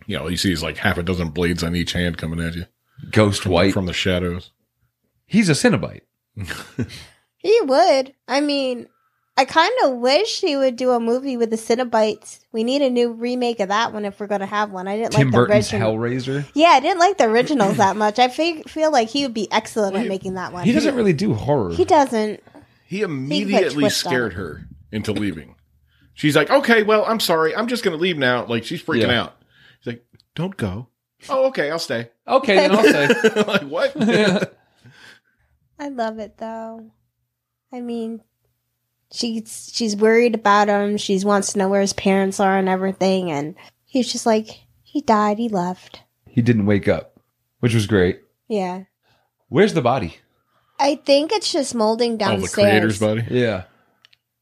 Speaker 4: Yeah. All you see is like half a dozen blades on each hand coming at you
Speaker 1: Ghost white.
Speaker 4: from the shadows.
Speaker 1: He's a Cenobite.
Speaker 2: He would. I mean, I kind of wish he would do a movie with the Cinnabites. We need a new remake of that one if we're going to have one. I didn't
Speaker 1: Tim
Speaker 2: like
Speaker 1: Burton's
Speaker 2: the original.
Speaker 1: Hellraiser.
Speaker 2: yeah, I didn't like the originals that much. I fig- feel like he would be excellent at making that one.
Speaker 1: He doesn't really do horror.
Speaker 2: He doesn't.
Speaker 4: He
Speaker 2: immediately
Speaker 4: immediately
Speaker 2: twist
Speaker 4: scared
Speaker 2: on
Speaker 4: her into leaving. She's like, okay, well, I'm sorry. I'm just going to leave now. Like, she's freaking
Speaker 1: Yeah.
Speaker 4: out. He's like, don't go. Oh, okay. I'll stay.
Speaker 1: Okay, then I'll say.
Speaker 4: like, what?
Speaker 2: I love it though. I mean, she's she's worried about him. She wants to know where his parents are and everything. And he's just like, he died. He left.
Speaker 1: he didn't wake up, which was great.
Speaker 2: Yeah.
Speaker 1: Where's the body?
Speaker 2: I think it's just molding
Speaker 4: Oh, the creator's
Speaker 2: downstairs.
Speaker 4: body?
Speaker 1: Yeah.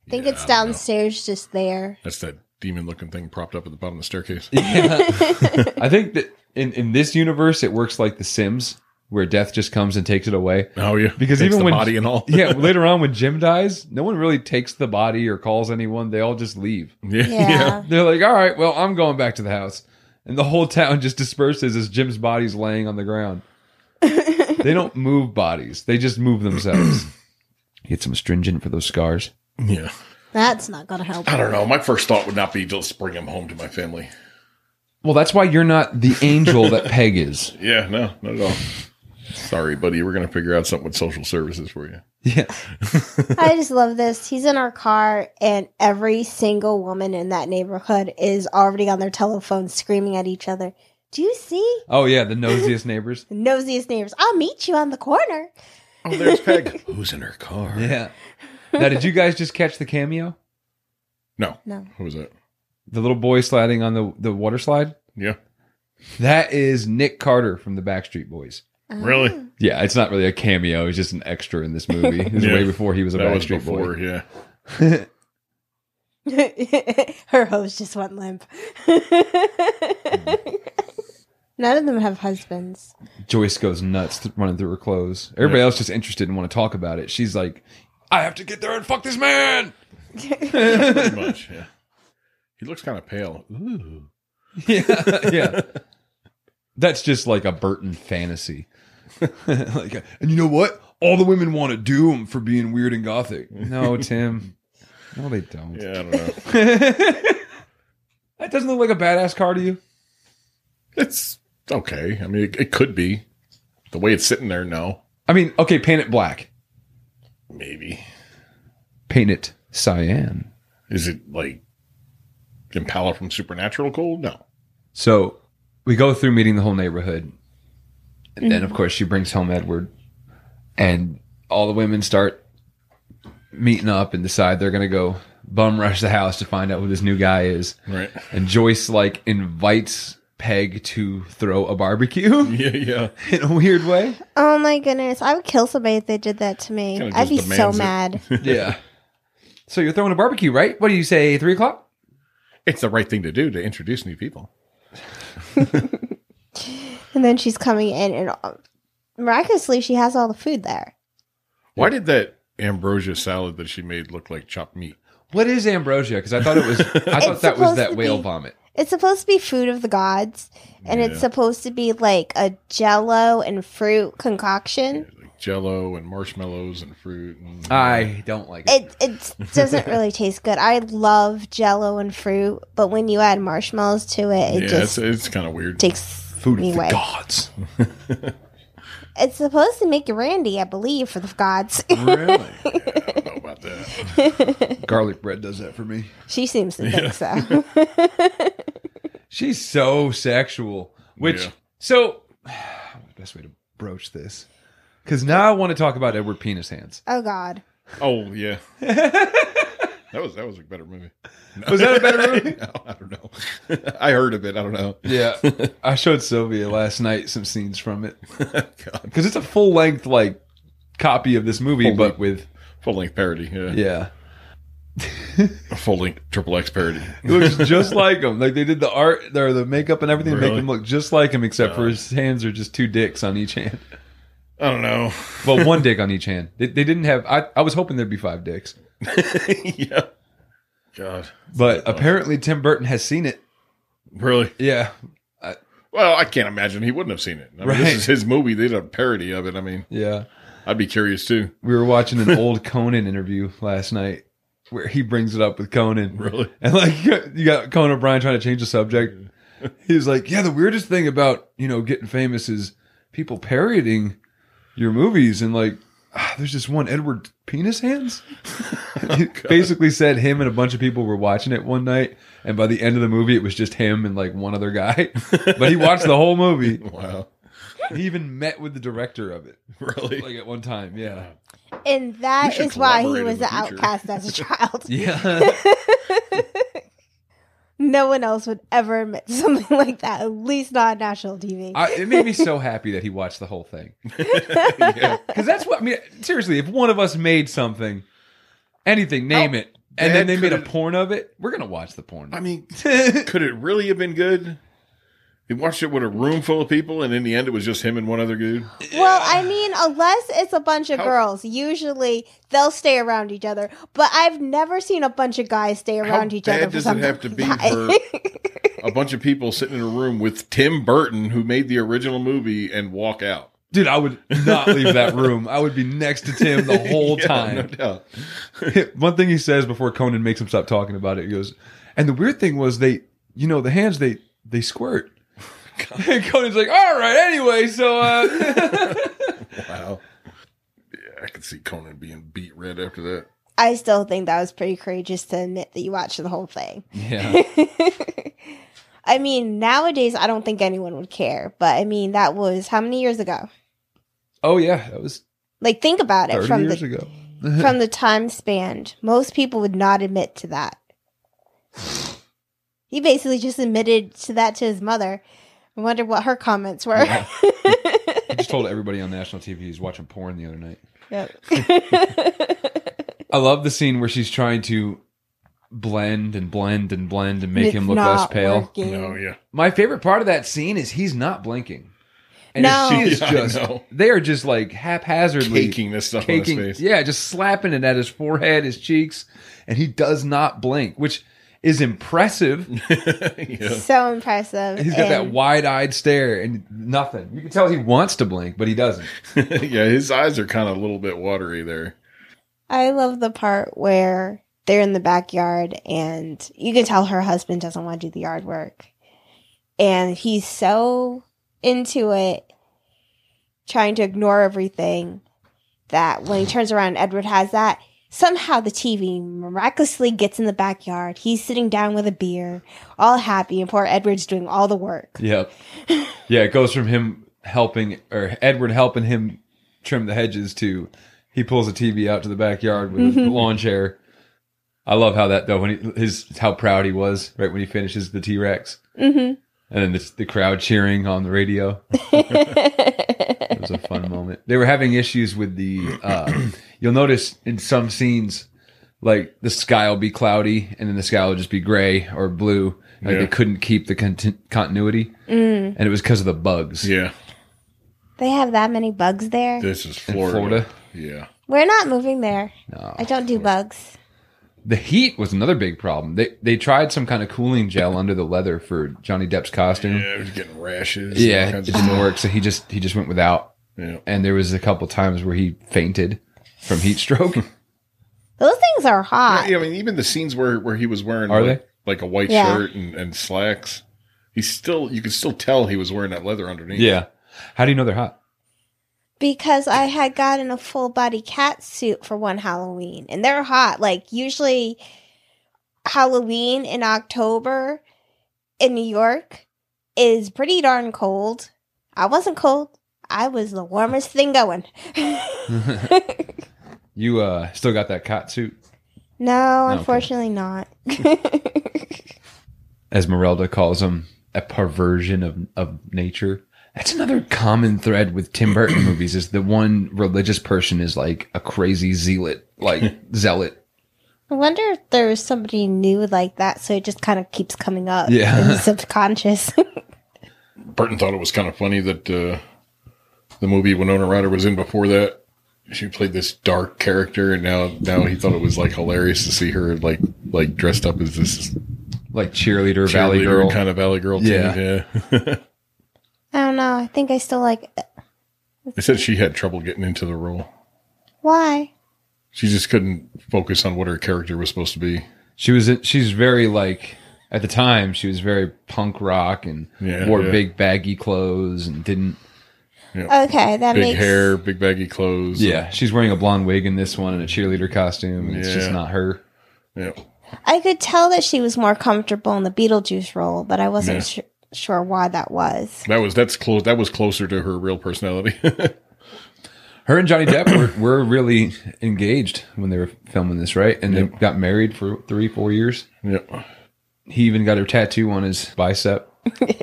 Speaker 2: I think
Speaker 4: Yeah,
Speaker 2: it's
Speaker 4: I don't know.
Speaker 2: downstairs, just there.
Speaker 4: That's that demon looking thing propped up at the bottom of the staircase.
Speaker 1: I think that in, in this universe, it works like The Sims, where death just comes and takes it away.
Speaker 4: Oh yeah,
Speaker 1: Because
Speaker 4: Takes
Speaker 1: even
Speaker 4: the
Speaker 1: when
Speaker 4: body and all.
Speaker 1: yeah, later on when Jim dies, no one really takes the body or calls anyone. They all just leave.
Speaker 4: yeah,
Speaker 2: Yeah.
Speaker 1: They're like, "All right, well, I'm going back to the house," and the whole town just disperses as Jim's body's laying on the ground. they don't move bodies; they just move themselves. Get some astringent for those scars.
Speaker 4: yeah.
Speaker 6: That's not gonna help.
Speaker 4: I don't know. My first thought would not be just bring him home to my family.
Speaker 1: Well, that's why you're not the angel that Peg is.
Speaker 4: Yeah, no, not at all. Sorry, buddy. We're gonna figure out something with social services for you.
Speaker 1: Yeah,
Speaker 2: I just love this. He's in our car, and every single woman in that neighborhood is already on their telephone screaming at each other. Do you see?
Speaker 1: Oh yeah, the nosiest neighbors.
Speaker 2: The nosiest neighbors. I'll meet you on the corner.
Speaker 4: Oh, there's Peg. Who's in her car?
Speaker 1: Yeah. Now, did you guys just catch the cameo?
Speaker 4: No.
Speaker 2: No.
Speaker 4: Who was that?
Speaker 1: The little boy sliding on the the water slide.
Speaker 4: Yeah.
Speaker 1: That is Nick Carter from the Backstreet Boys.
Speaker 4: Really?
Speaker 1: Yeah, it's not really a cameo. He's just an extra in this movie. It was
Speaker 4: Yeah.
Speaker 1: way before he was a
Speaker 4: That was
Speaker 1: Backstreet
Speaker 4: before.
Speaker 1: Boy.
Speaker 4: Yeah.
Speaker 2: Her hose just went limp. None of them have husbands.
Speaker 1: Joyce goes nuts th- running through her clothes. Everybody else just interested and want to talk about it. She's like, "I have to get there and fuck this man."
Speaker 4: Pretty much. Yeah. He looks kind of pale. Ooh.
Speaker 1: yeah, yeah. That's just like a Burton fantasy. like, and you know what? All the women want to do him for being weird and gothic. No, Tim. No, they don't.
Speaker 4: Yeah. I don't know.
Speaker 1: That doesn't look like a badass car to you.
Speaker 4: It's okay. I mean, it, it could be. The way it's sitting there, no.
Speaker 1: I mean, okay, paint it black.
Speaker 4: Maybe.
Speaker 1: Paint it cyan.
Speaker 4: Is it like Impala from Supernatural Cold? No.
Speaker 1: So we go through meeting the whole neighborhood. And then,
Speaker 2: Mm-hmm.
Speaker 1: of course, she brings home Edward. And all the women start meeting up and decide they're going to go bum rush the house to find out who this new guy is.
Speaker 4: Right.
Speaker 1: And Joyce, like, invites Peg to throw a barbecue
Speaker 4: Yeah, yeah.
Speaker 1: in a weird way.
Speaker 2: Oh my goodness. I would kill somebody if they did that to me.
Speaker 4: Kinda
Speaker 2: I'd be
Speaker 4: just
Speaker 2: so
Speaker 4: demands it.
Speaker 2: mad.
Speaker 1: Yeah. So you're throwing a barbecue, right? What do you say, three o'clock?
Speaker 4: It's the right thing to do to introduce new people.
Speaker 2: and then she's coming in, and uh, miraculously, she has all the food there.
Speaker 4: Why did that ambrosia salad that she made look like chopped meat?
Speaker 1: What is ambrosia? Because I thought it was, I thought
Speaker 2: It's
Speaker 1: that was
Speaker 2: supposed
Speaker 1: that
Speaker 2: to
Speaker 1: whale
Speaker 2: be-
Speaker 1: vomit.
Speaker 2: It's supposed to be food of the gods, and
Speaker 4: Yeah.
Speaker 2: it's supposed to be like a jello and fruit concoction.
Speaker 4: Like jello and marshmallows and fruit. And,
Speaker 1: I don't like it.
Speaker 2: It it doesn't really taste good. I love jello and fruit, but when you add marshmallows to it, it
Speaker 4: yeah,
Speaker 2: just
Speaker 4: it's, it's kind of weird.
Speaker 2: takes
Speaker 1: Food
Speaker 2: me
Speaker 1: of the
Speaker 2: away.
Speaker 1: gods.
Speaker 2: It's supposed to make you randy, I believe, for the gods.
Speaker 1: Really?
Speaker 4: I don't know about that.
Speaker 1: Garlic bread does that for me.
Speaker 2: she seems to think so.
Speaker 1: She's so sexual. Which
Speaker 4: Yeah.
Speaker 1: so best way to broach this. Cause now I want to talk about Edward Penis Hands.
Speaker 2: oh God.
Speaker 4: Oh yeah. That was that was a better movie.
Speaker 1: Was that a better movie?
Speaker 4: No, I don't know. I heard of it. I don't know.
Speaker 1: yeah. I showed Sylvia last night some scenes from it.
Speaker 4: God,
Speaker 1: Because it's a full length like copy of this movie,
Speaker 4: Full
Speaker 1: but with
Speaker 4: full length parody. Yeah,
Speaker 1: yeah.
Speaker 4: full length triple X parody.
Speaker 1: It looks just like him. Like they did the art or the makeup and everything to
Speaker 4: Really? Uh.
Speaker 1: make him look just like him, except for his hands are just two dicks on each hand.
Speaker 4: I don't know.
Speaker 1: Well, one dick on each hand. They, they didn't have I, I was hoping there'd be five dicks.
Speaker 4: yeah. God,
Speaker 1: But apparently Tim Burton has seen it.
Speaker 4: really?
Speaker 1: Yeah.
Speaker 4: Well, I can't imagine he wouldn't have seen it. I mean,
Speaker 1: Right.
Speaker 4: This is his movie. They did a parody of it. I mean,
Speaker 1: Yeah.
Speaker 4: I'd be curious too.
Speaker 1: We were watching an old Conan interview last night where he brings it up with Conan.
Speaker 4: Really?
Speaker 1: And like you got Conan O'Brien trying to change the subject. He's like, Yeah, the weirdest thing about, you know, getting famous is people parodying your movies and like ah, there's this one Edward Penis Hands. He basically said him and a bunch of people were watching it one night, and by the end of the movie, it was just him and like one other guy. but he watched the whole movie.
Speaker 4: Wow,
Speaker 1: He even met with the director of it,
Speaker 4: really?
Speaker 1: like at one time. Yeah,
Speaker 2: And
Speaker 4: We
Speaker 2: that
Speaker 4: should
Speaker 2: is why he
Speaker 4: collaborate in
Speaker 2: was
Speaker 4: the
Speaker 2: an
Speaker 4: future.
Speaker 2: outcast as a child.
Speaker 1: yeah.
Speaker 2: No one else would ever admit something like that, at least not on national TV.
Speaker 1: I, it made me so happy that he watched the whole thing. Because that's what I mean. Seriously, if one of us made something, anything,
Speaker 4: Oh,
Speaker 1: name it, and then
Speaker 4: bad
Speaker 1: they made a
Speaker 4: could it-
Speaker 1: porn of it, we're gonna watch the porn.
Speaker 4: I mean, could it really have been good? He watched it with a room full of people, and in the end, it was just him and one other dude.
Speaker 2: Well, I mean, unless it's a bunch of
Speaker 4: How-
Speaker 2: girls, usually they'll stay around each other. But I've never seen a bunch of guys stay around each
Speaker 4: bad
Speaker 2: other. for
Speaker 4: does it
Speaker 2: something
Speaker 4: have to be
Speaker 2: like that.
Speaker 4: A bunch of people sitting in a room with Tim Burton, who made the original movie, and walk out.
Speaker 1: Dude, I would not leave that room. I would be next to Tim the whole
Speaker 4: Yeah,
Speaker 1: time.
Speaker 4: no doubt.
Speaker 1: One thing he says before Conan makes him stop talking about it, he goes, and the weird thing was they, you know, the hands they they squirt. And Conan's like, all right, anyway, so uh,
Speaker 4: Wow. Yeah, I could see Conan being beat red after that.
Speaker 2: I still think that was pretty courageous to admit that you watched the whole thing.
Speaker 1: yeah,
Speaker 2: I mean, nowadays I don't think anyone would care, but I mean, that was how many years ago?
Speaker 1: oh yeah, that was
Speaker 2: Like, think about it
Speaker 1: thirty
Speaker 2: from
Speaker 1: years
Speaker 2: the
Speaker 1: ago.
Speaker 2: from the time spanned. Most people would not admit to that. He basically just admitted to that to his mother. I wonder what her comments were.
Speaker 1: Yeah. I just told everybody on national TV he's watching porn the other night.
Speaker 2: Yep.
Speaker 1: I love the scene where she's trying to blend and blend and blend and make
Speaker 2: It's
Speaker 1: him look
Speaker 2: not
Speaker 1: less pale.
Speaker 2: working.
Speaker 4: No, Oh, yeah.
Speaker 1: My favorite part of that scene is he's not blinking. And
Speaker 2: No.
Speaker 1: she is
Speaker 4: Yeah, I
Speaker 1: just
Speaker 4: know.
Speaker 1: they are just like haphazardly
Speaker 4: Caking this stuff
Speaker 1: caking-
Speaker 4: on his face.
Speaker 1: yeah, just slapping it at his forehead, his cheeks, and he does not blink, which is impressive.
Speaker 4: yeah.
Speaker 2: So impressive.
Speaker 1: He's got that
Speaker 2: And
Speaker 1: wide-eyed stare and nothing. You can tell he wants to blink, but he doesn't.
Speaker 4: yeah, his eyes are kind of a little bit watery there.
Speaker 2: I love the part where they're in the backyard and you can tell her husband doesn't want to do the yard work. And he's so into it, trying to ignore everything, that when he turns around, Edward has that. Somehow the TV miraculously gets in the backyard. He's sitting down with a beer, all happy, and poor Edward's doing all the work.
Speaker 1: Yep. Yeah, it goes from him helping or Edward helping him trim the hedges to he pulls a TV out to the backyard with a lawn chair. I love how that though when he, his how proud he was right when he finishes the T Rex,
Speaker 2: hmm
Speaker 1: and then the, the crowd cheering on the radio. It was a fun moment. They were having issues with the. Uh, you'll notice in some scenes, like the sky will be cloudy, and then the sky will just be gray or blue. Like
Speaker 4: Yeah.
Speaker 1: they couldn't keep the conti- continuity, and it was because of the bugs.
Speaker 4: Yeah.
Speaker 2: they have that many bugs there.
Speaker 4: This is
Speaker 1: In
Speaker 4: Florida.
Speaker 1: Florida.
Speaker 4: Yeah.
Speaker 2: We're not moving there.
Speaker 1: No.
Speaker 2: I don't do bugs.
Speaker 1: The heat was another big problem. They they tried some kind of cooling gel under the leather for Johnny Depp's costume.
Speaker 4: Yeah, he's getting rashes. all
Speaker 1: Yeah, it
Speaker 4: kinds of
Speaker 1: didn't
Speaker 4: stuff.
Speaker 1: work, so he just he just went without.
Speaker 4: Yeah.
Speaker 1: And there was a couple times where he fainted from heat stroke.
Speaker 2: Those things are hot.
Speaker 4: I mean, even the scenes where, where he was wearing
Speaker 1: Are
Speaker 4: like,
Speaker 1: they?
Speaker 4: like a white
Speaker 2: Yeah.
Speaker 4: shirt and, and slacks, he still you could still tell he was wearing that leather underneath.
Speaker 1: yeah. How do you know they're hot?
Speaker 2: because I had gotten a full body cat suit for one Halloween and they're hot. Like usually Halloween in October in New York is pretty darn cold. I wasn't cold. I was the warmest thing going.
Speaker 1: You uh still got that cot suit?
Speaker 2: no,
Speaker 1: okay.
Speaker 2: unfortunately not.
Speaker 1: Esmeralda calls him a perversion of of nature. That's another common thread with Tim Burton movies is the one religious person is like a crazy zealot, like zealot
Speaker 2: I wonder if there was somebody new like that, so it just kind of keeps coming up
Speaker 1: Yeah.
Speaker 2: in the subconscious.
Speaker 4: Burton thought it was kind of funny that uh, the movie Winona Ryder was in before that. She played this dark character, and now now he thought it was like hilarious to see her like like dressed up as this
Speaker 1: like cheerleader, valley girl.
Speaker 4: kind of valley girl. too.
Speaker 1: Yeah.
Speaker 4: yeah.
Speaker 2: I don't know. I think I still like it.
Speaker 4: they said she had trouble getting into the role.
Speaker 2: Why?
Speaker 4: She just couldn't focus on what her character was supposed to be.
Speaker 1: she was she's very like at the time she was very punk rock and
Speaker 4: Yeah,
Speaker 1: wore
Speaker 4: yeah.
Speaker 1: big baggy clothes and didn't
Speaker 2: Okay, that
Speaker 4: Big
Speaker 2: makes
Speaker 4: hair, big baggy clothes.
Speaker 1: yeah she's wearing a blonde wig in this one and a cheerleader costume and it's just
Speaker 4: Yeah.
Speaker 1: not her
Speaker 4: yeah.
Speaker 2: I could tell that she was more comfortable in the Beetlejuice role, but I wasn't
Speaker 4: Yeah.
Speaker 2: su- sure why that was.
Speaker 4: That was that's close. That was closer to her real personality.
Speaker 1: her and Johnny Depp were, were really engaged when they were filming this right and they got married for three four years
Speaker 4: yep.
Speaker 1: he even got her tattoo on his bicep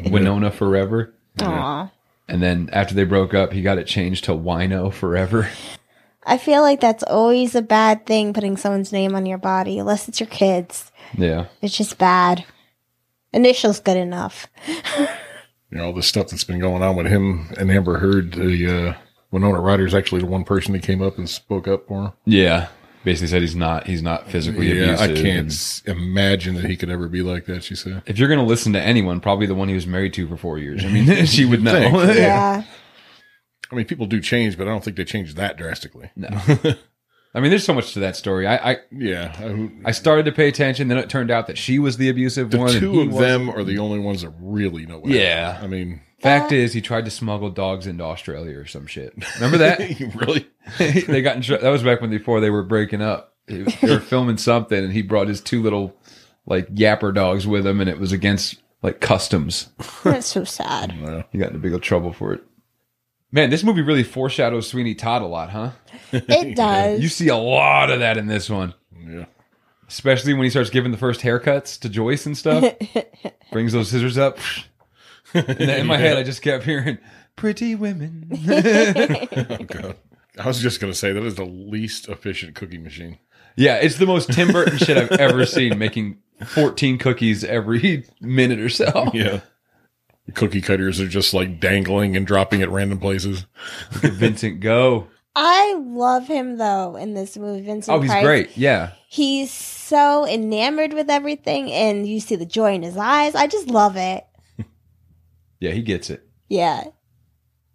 Speaker 1: Winona forever
Speaker 2: Aw.
Speaker 1: and then after they broke up he got it changed to Wino forever
Speaker 2: I feel like that's always a bad thing putting someone's name on your body, unless it's your kids.
Speaker 1: yeah
Speaker 2: It's just bad. Initials good enough.
Speaker 4: you know all this stuff that's been going on with him and Amber Heard. The uh, Winona Ryder is actually the one person that came up and spoke up for him.
Speaker 1: Yeah. Basically said he's not he's not physically
Speaker 4: Yeah, I
Speaker 1: abusive.
Speaker 4: can't
Speaker 1: and-
Speaker 4: s- imagine that he could ever be like that. She said.
Speaker 1: If you're going to listen to anyone, probably the one he was married to for four years. I mean, she would know.
Speaker 4: Thanks.
Speaker 2: Yeah.
Speaker 4: I mean, people do change, but I don't think they change that drastically.
Speaker 1: I mean, there's so much to that story. I, I
Speaker 4: Yeah, I,
Speaker 1: I started to pay attention, then it turned out that she was the abusive
Speaker 4: the
Speaker 1: one. and
Speaker 4: two
Speaker 1: he
Speaker 4: of
Speaker 1: wasn't.
Speaker 4: them are the only ones that really know. What
Speaker 1: Yeah.
Speaker 4: happened. I mean,
Speaker 1: Fact is, he tried to smuggle dogs into Australia or some shit. Remember that?
Speaker 4: you really?
Speaker 1: they got in tr- that was back when before they were breaking up. They were filming something, and he brought his two little like yapper dogs with him, and it was against like customs.
Speaker 2: That's so sad.
Speaker 1: He got into big old trouble for it. Man, this movie really foreshadows Sweeney Todd a lot, huh?
Speaker 2: It does.
Speaker 1: You see a lot of that in this one,
Speaker 4: Yeah.
Speaker 1: especially when he starts giving the first haircuts to Joyce and stuff. Brings those scissors up. And then in my head, I just kept hearing "pretty women."
Speaker 4: God. I was just gonna say that is the least efficient cooking machine.
Speaker 1: Yeah, it's the most Tim Burton shit I've ever seen, making 14 cookies every minute or so.
Speaker 4: Yeah. Cookie cutters are just like dangling and dropping at random places.
Speaker 1: Vincent, go.
Speaker 2: I love him though in this movie. Vincent
Speaker 1: Oh, he's
Speaker 2: Price.
Speaker 1: great. Yeah.
Speaker 2: He's so enamored with everything, and you see the joy in his eyes. I just love it.
Speaker 1: Yeah, he gets it.
Speaker 2: Yeah.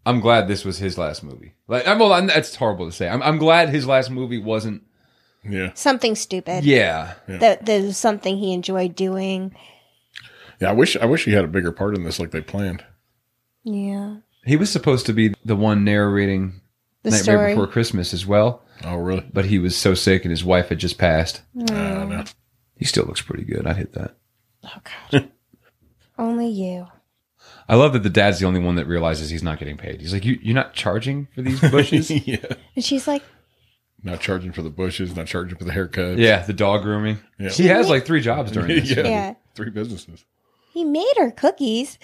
Speaker 1: I'm glad this was his last movie. Like, I'm, well, I'm- that's horrible to say. I'm, I'm glad his last movie wasn't.
Speaker 4: Yeah.
Speaker 2: Something stupid.
Speaker 1: Yeah.
Speaker 2: That there's something he enjoyed doing.
Speaker 4: Yeah, I wish I wish he had a bigger part in this like they planned.
Speaker 2: Yeah.
Speaker 1: He was supposed to be the one narrating
Speaker 2: The
Speaker 1: Nightmare
Speaker 2: story.
Speaker 1: Before Christmas as well,
Speaker 4: Oh really?
Speaker 1: but he was so sick and his wife had just passed.
Speaker 4: I don't know.
Speaker 1: He still looks pretty good. I'd hit that.
Speaker 2: Oh god. Only you.
Speaker 1: I love that the dad's the only one that realizes he's not getting paid. He's like, you, You're not charging for these bushes?
Speaker 4: yeah.
Speaker 2: And she's like,
Speaker 4: Not charging for the bushes, not charging for the haircut.
Speaker 1: Yeah, the dog grooming.
Speaker 4: Yeah.
Speaker 1: She has like three jobs during this.
Speaker 4: yeah.
Speaker 2: Yeah.
Speaker 4: Three businesses.
Speaker 2: he made her cookies.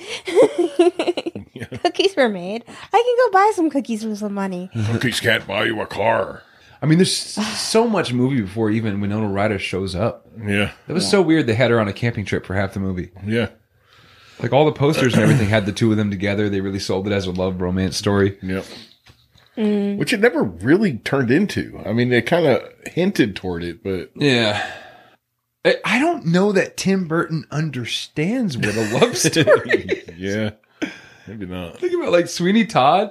Speaker 2: Cookies were made. I can go buy some cookies with some money.
Speaker 4: Cookies can't buy you a car.
Speaker 1: I mean, there's so much movie before even Winona Ryder shows up.
Speaker 4: Yeah.
Speaker 1: That was so weird. They had her on a camping trip for half the movie.
Speaker 4: Yeah.
Speaker 1: Like all the posters and everything had the two of them together. They really sold it as a love romance story.
Speaker 4: Yep.
Speaker 2: Mm.
Speaker 4: Which it never really turned into. I mean, they kind of hinted toward it, but
Speaker 1: Yeah. I I don't know that Tim Burton understands what a love story. is.
Speaker 4: yeah, maybe not.
Speaker 1: Think about like Sweeney Todd.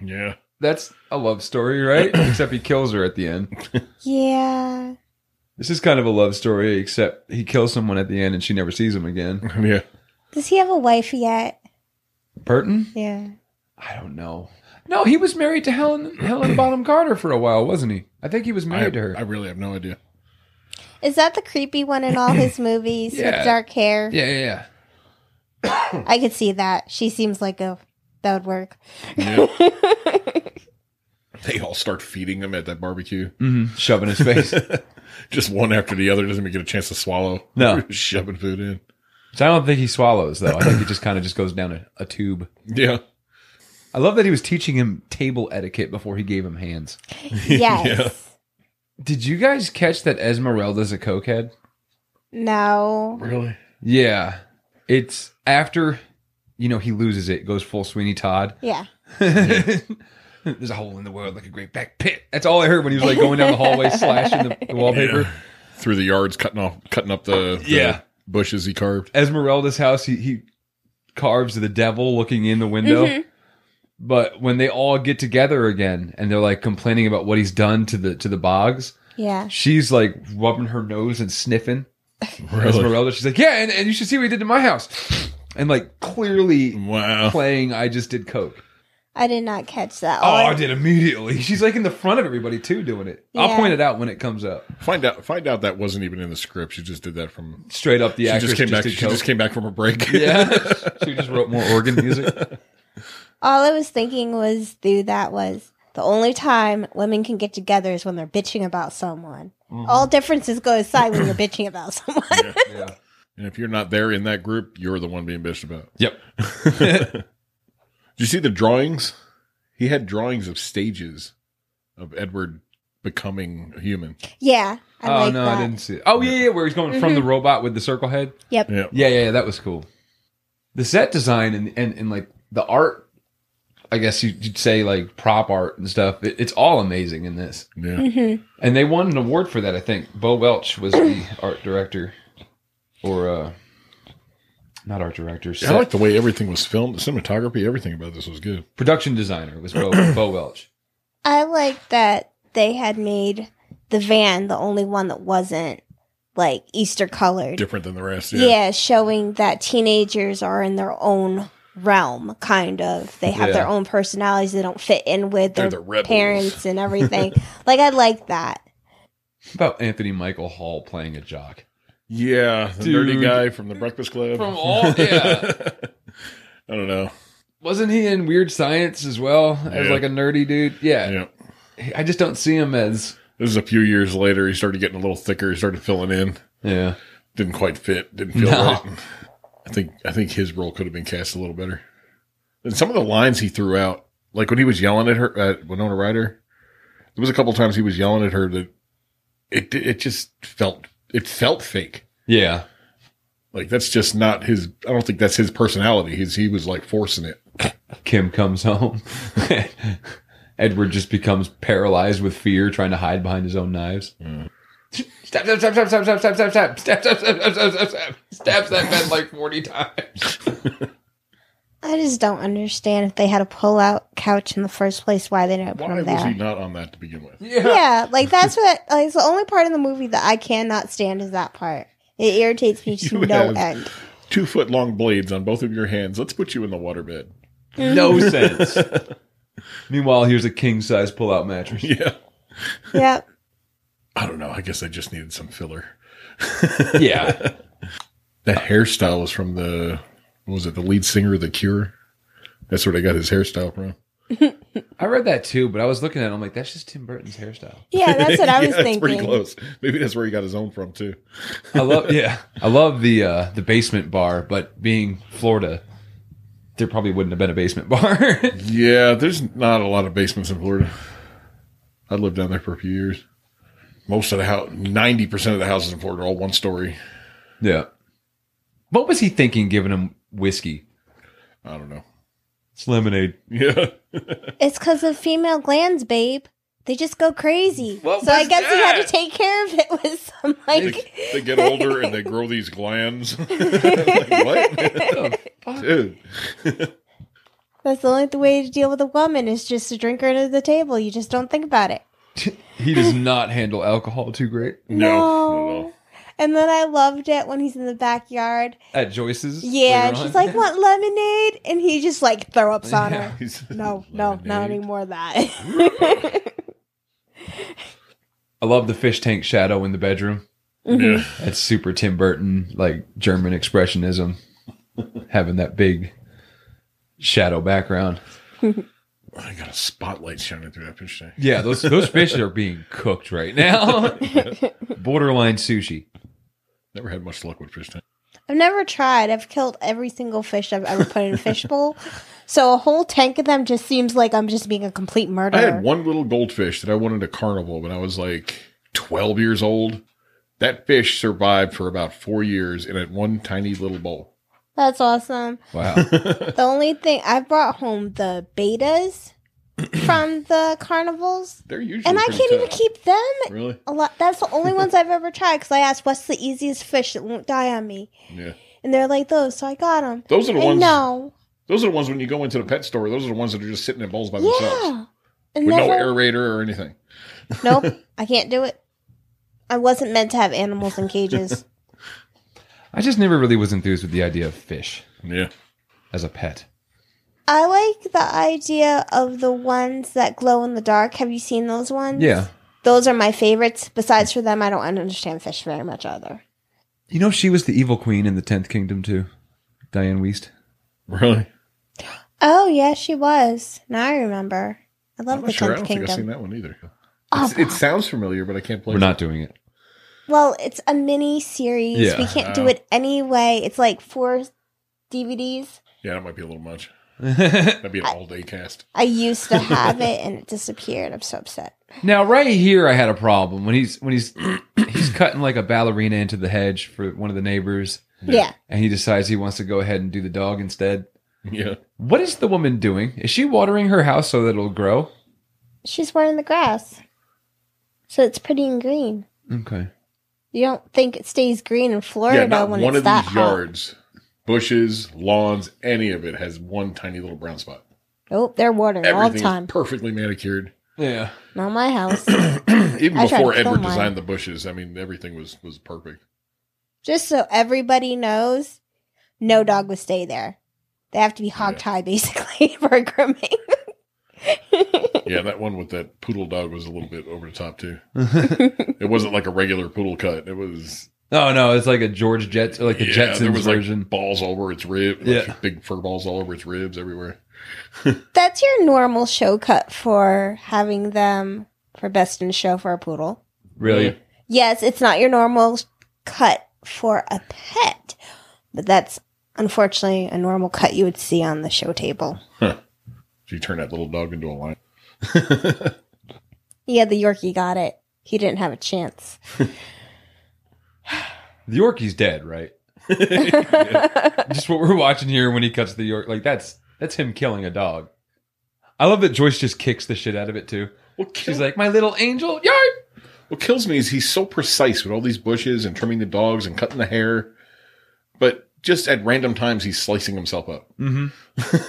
Speaker 4: Yeah.
Speaker 1: That's a love story, right? Except he kills her at the end.
Speaker 2: Yeah.
Speaker 1: This is kind of a love story, except he kills someone at the end and she never sees him again.
Speaker 4: Yeah.
Speaker 2: Does he have a wife yet?
Speaker 1: Burton?
Speaker 2: Yeah.
Speaker 1: I don't know. No, he was married to Helen Helen Bonham Carter for a while, wasn't he? I think he was
Speaker 4: I,
Speaker 1: married to her.
Speaker 4: I really have no idea.
Speaker 2: Is that the creepy one in all his movies
Speaker 1: Yeah.
Speaker 2: with dark hair?
Speaker 1: yeah, yeah, yeah.
Speaker 2: I could see that. She seems like a that would work.
Speaker 4: They all start feeding him at that barbecue,
Speaker 1: Mhm. Shoving his face. so
Speaker 4: just one after the other. Doesn't even get a chance to swallow.
Speaker 1: No.
Speaker 4: shoving food in.
Speaker 1: I don't think he swallows though. I think he just kind of just goes down a, a tube.
Speaker 4: Yeah,
Speaker 1: I love that he was teaching him table etiquette before he gave him hands.
Speaker 2: Yes.
Speaker 1: Did you guys catch that Esmeralda's a cokehead?
Speaker 2: No.
Speaker 4: really.
Speaker 1: Yeah. It's after you know he loses it, goes full Sweeney Todd.
Speaker 2: Yeah.
Speaker 1: There's a hole in the world like a great back pit. That's all I heard when he was like going down the hallway slashing the, the wallpaper.
Speaker 4: Through the yards, cutting off, cutting up the, the
Speaker 1: Yeah.
Speaker 4: bushes he carved.
Speaker 1: Esmeralda's house, he, he carves the devil looking in the window. But when they all get together again and they're like complaining about what he's done to the to the bogs,
Speaker 2: Yeah.
Speaker 1: she's like rubbing her nose and sniffing. Esmeralda, she's like, Yeah, and, and you should see what he did to my house. And like clearly
Speaker 4: Wow.
Speaker 1: playing I just did Coke.
Speaker 2: I did not catch that.
Speaker 1: Oh, I
Speaker 2: one.
Speaker 1: did immediately. She's like in the front of everybody too doing it. I'll
Speaker 2: Yeah.
Speaker 1: point it out when it comes up.
Speaker 4: Find out. Find out that wasn't even in the script. She just did that from.
Speaker 1: Straight up the
Speaker 4: She
Speaker 1: actress
Speaker 4: just came back.
Speaker 1: did
Speaker 4: She
Speaker 1: coke.
Speaker 4: just came back from a break.
Speaker 1: yeah. she just wrote more organ music.
Speaker 2: All I was thinking was through that was the only time women can get together is when they're bitching about someone. All differences go aside when you're bitching about someone.
Speaker 1: Yeah.
Speaker 4: and if you're not there in that group, you're the one being bitched about.
Speaker 1: Yep.
Speaker 4: Did you see the drawings? He had drawings of stages of Edward becoming a human.
Speaker 2: Yeah. I
Speaker 1: oh
Speaker 2: like
Speaker 1: no,
Speaker 2: that. Mm-hmm.
Speaker 1: I didn't see it. Oh yeah, yeah, where he's going from the robot with the circle head.
Speaker 2: Yep.
Speaker 4: Yeah.
Speaker 1: Yeah, yeah, yeah that was cool. the set design and and, and like the art. I guess you- you'd say like prop art and stuff. It, it's all amazing in this,
Speaker 4: Yeah.
Speaker 1: Mm-hmm. and they won an award for that. I think Bo Welch was the art director, or uh not art director,
Speaker 4: I
Speaker 1: set,
Speaker 4: like the way everything was filmed. The cinematography, everything about this was good.
Speaker 1: production designer was Bo, Bo Welch.
Speaker 2: I like that they had made the van the only one that wasn't like Easter colored.
Speaker 4: Different than the rest.
Speaker 2: yeah. showing that teenagers are in their own realm, kind of. They have their
Speaker 1: Yeah.
Speaker 2: own personalities. They don't fit in with
Speaker 4: They're
Speaker 2: their
Speaker 4: the rebels.
Speaker 2: parents and everything. like I like that.
Speaker 1: About Anthony Michael Hall playing a jock.
Speaker 4: Yeah. The nerdy
Speaker 1: Dude.
Speaker 4: guy from the Breakfast Club.
Speaker 1: From all- yeah.
Speaker 4: I don't know.
Speaker 1: Wasn't he in Weird Science as well as
Speaker 4: Yeah.
Speaker 1: like a nerdy dude? Yeah.
Speaker 4: Yeah.
Speaker 1: I just don't see him as
Speaker 4: This is a few years later. He started getting a little thicker. He started filling in.
Speaker 1: yeah.
Speaker 4: Didn't quite fit. Didn't feel
Speaker 1: No.
Speaker 4: right. I think I think his role could have been cast a little better. And some of the lines he threw out, like when he was yelling at her at Winona Ryder, there was a couple times he was yelling at her that it it just felt it felt fake.
Speaker 1: Yeah.
Speaker 4: Like that's just not his. I don't think that's his personality. He's he was like forcing it.
Speaker 1: Kim comes home. Edward just becomes paralyzed with fear, trying to hide behind his own knives. Stab, stab, stab, stab, stab, stab, stab, stab, stab, stab, stab, stab, stab, stab, stab, stabs that bed like 40 times.
Speaker 2: I just don't understand if they had a pull out couch in the first place, why they didn't put
Speaker 4: Why
Speaker 2: them
Speaker 4: was
Speaker 2: there.
Speaker 4: he not on that to begin with?
Speaker 1: Yeah.
Speaker 2: yeah, like that's what like it's the only part of the movie that I cannot stand is that part. It irritates me to
Speaker 4: You
Speaker 2: no
Speaker 4: have-
Speaker 2: end.
Speaker 4: Two foot long blades on both of your hands. Let's put you in the waterbed.
Speaker 1: No sense. Meanwhile, here's a king size pull out mattress.
Speaker 4: Yeah.
Speaker 2: Yep.
Speaker 4: I don't know. I guess I just needed some filler.
Speaker 1: Yeah.
Speaker 4: That hairstyle was from the what was it? The lead singer of The Cure. That's where they got his hairstyle from.
Speaker 1: I read that too, but I was looking at it. I'm like, that's just Tim Burton's hairstyle.
Speaker 2: Yeah, that's what I
Speaker 4: Yeah,
Speaker 2: was
Speaker 4: it's
Speaker 2: thinking.
Speaker 4: pretty close. Maybe that's where he got his own from too.
Speaker 1: I love yeah. I love the uh the basement bar, but being Florida, there probably wouldn't have been a basement bar.
Speaker 4: Yeah, there's not a lot of basements in Florida. I lived down there for a few years. Most of the house, ninety percent of the houses in Florida are all one story.
Speaker 1: yeah. What was he thinking giving him whiskey?
Speaker 4: I don't know.
Speaker 1: It's lemonade.
Speaker 4: Yeah,
Speaker 2: It's because of female glands, babe. They just go crazy.
Speaker 1: What
Speaker 2: so I
Speaker 1: was
Speaker 2: guess he had
Speaker 1: that?
Speaker 2: to take care of it with some
Speaker 4: they,
Speaker 2: like.
Speaker 4: they get older and they grow these glands. Like,
Speaker 1: Oh.
Speaker 4: what, dude?
Speaker 2: That's the only th- way to deal with a woman is just to drink her under the table. You just don't think about it.
Speaker 1: he does not handle alcohol too great.
Speaker 4: No, not at all.
Speaker 2: And then I loved it when he's in the backyard.
Speaker 1: At Joyce's.
Speaker 2: Yeah,
Speaker 1: later
Speaker 2: and she's
Speaker 1: on.
Speaker 2: like, "Want lemonade?" And he just like throw ups on
Speaker 1: Yeah.
Speaker 2: her.
Speaker 4: He's-
Speaker 2: No, no, not
Speaker 4: Lemonade.
Speaker 2: anymore. That.
Speaker 1: I love the fish tank shadow in the bedroom.
Speaker 2: Mm-hmm.
Speaker 4: Yeah.
Speaker 1: That's super Tim Burton, like German expressionism, having that big shadow background.
Speaker 4: I got a spotlight shining through that fish tank.
Speaker 1: Yeah, those those fish are being cooked right now. Borderline sushi.
Speaker 4: Never had much luck with fish tank.
Speaker 2: I've never tried. I've killed every single fish I've ever put in a fishbowl. So a whole tank of them just seems like I'm just being a complete murderer.
Speaker 4: I had one little goldfish that I wanted a carnival when I was like 12 years old. That fish survived for about four years in that one tiny little bowl.
Speaker 2: That's awesome.
Speaker 1: Wow.
Speaker 2: The only thing I brought home the betas from the carnivals,
Speaker 4: They're usually
Speaker 2: and I
Speaker 4: pretty
Speaker 2: can't even
Speaker 4: tough.
Speaker 2: keep them.
Speaker 4: Really?
Speaker 2: A lot. That's the only ones I've ever tried because I asked, "What's the easiest fish that won't die on me?"
Speaker 4: Yeah.
Speaker 2: And they're like those, so I got them.
Speaker 4: Those are the
Speaker 2: and
Speaker 4: ones.
Speaker 2: no,
Speaker 4: Those are the ones when you go into the pet store. Those are the ones that are just sitting in bowls by themselves
Speaker 2: yeah, and
Speaker 4: with no
Speaker 2: never-
Speaker 4: aerator or anything.
Speaker 2: nope, I can't do it. I wasn't meant to have animals in cages.
Speaker 1: I just never really was enthused with the idea of fish
Speaker 4: Yeah.
Speaker 1: as a pet.
Speaker 2: I like the idea of the ones that glow in the dark. Have you seen those ones?
Speaker 1: Yeah.
Speaker 2: Those are my favorites. Besides for them, I don't understand fish very much either.
Speaker 1: You know, she was the evil queen in the Tenth Kingdom too, Diane Weist.
Speaker 4: Really?
Speaker 2: Oh, yeah, she was. Now I remember. I love
Speaker 4: I'm
Speaker 2: the
Speaker 4: not sure.
Speaker 2: 10th
Speaker 4: I don't think I've seen
Speaker 2: Kingdom.
Speaker 4: that one either.
Speaker 2: Oh,
Speaker 4: It's- it sounds familiar, but I can't play
Speaker 1: We're not doing it.
Speaker 2: Well, it's a mini series.
Speaker 1: Yeah.
Speaker 2: We can't do it anyway. It's like four DVDs.
Speaker 4: Yeah, that might be a little much. That'd be an all day cast.
Speaker 2: I used to have it and it disappeared. I'm so upset.
Speaker 1: Now, right here, I had a problem when he's when he's he's cutting like a ballerina into the hedge for one of the neighbors,
Speaker 2: Yeah.
Speaker 1: and he decides he wants to go ahead and do the dog instead.
Speaker 4: Yeah.
Speaker 1: What is the woman doing? Is she watering her house so that it'll grow?
Speaker 2: She's wearing the grass. So it's pretty and green.
Speaker 1: Okay.
Speaker 2: You don't think it stays green in Florida
Speaker 4: yeah, not
Speaker 2: when
Speaker 4: one
Speaker 2: it's
Speaker 4: of
Speaker 2: that
Speaker 4: these
Speaker 2: hot.
Speaker 4: yards, bushes, lawns, any of it has one tiny little brown spot.
Speaker 2: Nope, they're watering all the
Speaker 4: Everything
Speaker 2: time.
Speaker 4: is perfectly manicured.
Speaker 1: Yeah.
Speaker 2: Not my house.
Speaker 4: Even
Speaker 2: I tried to
Speaker 4: before
Speaker 2: kill
Speaker 4: Edward
Speaker 2: mine.
Speaker 4: designed the bushes, I mean, everything was was perfect.
Speaker 2: Just so everybody knows, no dog would stay there. They have to be hog
Speaker 4: Yeah.
Speaker 2: tied basically for grooming.
Speaker 4: Yeah, that one with that poodle dog was a little bit over the top too. it wasn't like a regular poodle cut. It was
Speaker 1: No, Oh, no, it's like a George Jets, like the
Speaker 4: yeah,
Speaker 1: Jetsons
Speaker 4: there was
Speaker 1: version.
Speaker 4: like balls all over its ribs.
Speaker 1: Yeah.
Speaker 4: big fur balls all over its ribs everywhere.
Speaker 2: That's your normal show cut for having them for best in show for a poodle.
Speaker 1: really?
Speaker 4: Yeah.
Speaker 2: Yes, it's not your normal cut for a pet, but that's unfortunately a normal cut you would see on the show table.
Speaker 4: So you turn that little dog into a lion.
Speaker 2: Yeah, the Yorkie got it. He didn't have a chance.
Speaker 1: The Yorkie's dead, right? Just what we're watching here when he cuts the York. Like that's that's him killing a dog. I love that Joyce just kicks the shit out of it too.
Speaker 4: What, kill,
Speaker 1: She's like, my little angel, yard.
Speaker 4: what kills me is he's so precise with all these bushes and trimming the dogs and cutting the hair, but just at random times he's slicing himself up.
Speaker 1: Mm-hmm.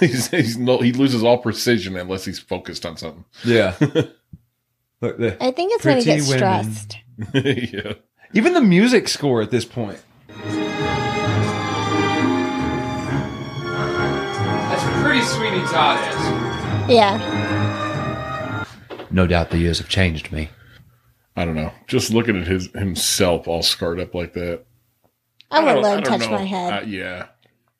Speaker 4: he's, he's no, he loses all precision unless he's focused on something.
Speaker 1: Yeah. Look, the,
Speaker 2: I think it's when he
Speaker 1: Pretty
Speaker 2: gets
Speaker 1: women.
Speaker 2: stressed.
Speaker 4: yeah.
Speaker 1: Even the music score at this point. That's pretty Sweeney Todd esque.
Speaker 2: Yeah.
Speaker 1: No doubt the years have changed me.
Speaker 4: I don't know. Just looking at his himself all scarred up like that.
Speaker 2: I
Speaker 4: don't-
Speaker 2: won't let
Speaker 4: I
Speaker 2: him
Speaker 4: don't
Speaker 2: touch
Speaker 4: know.
Speaker 2: my head.
Speaker 4: Uh, yeah.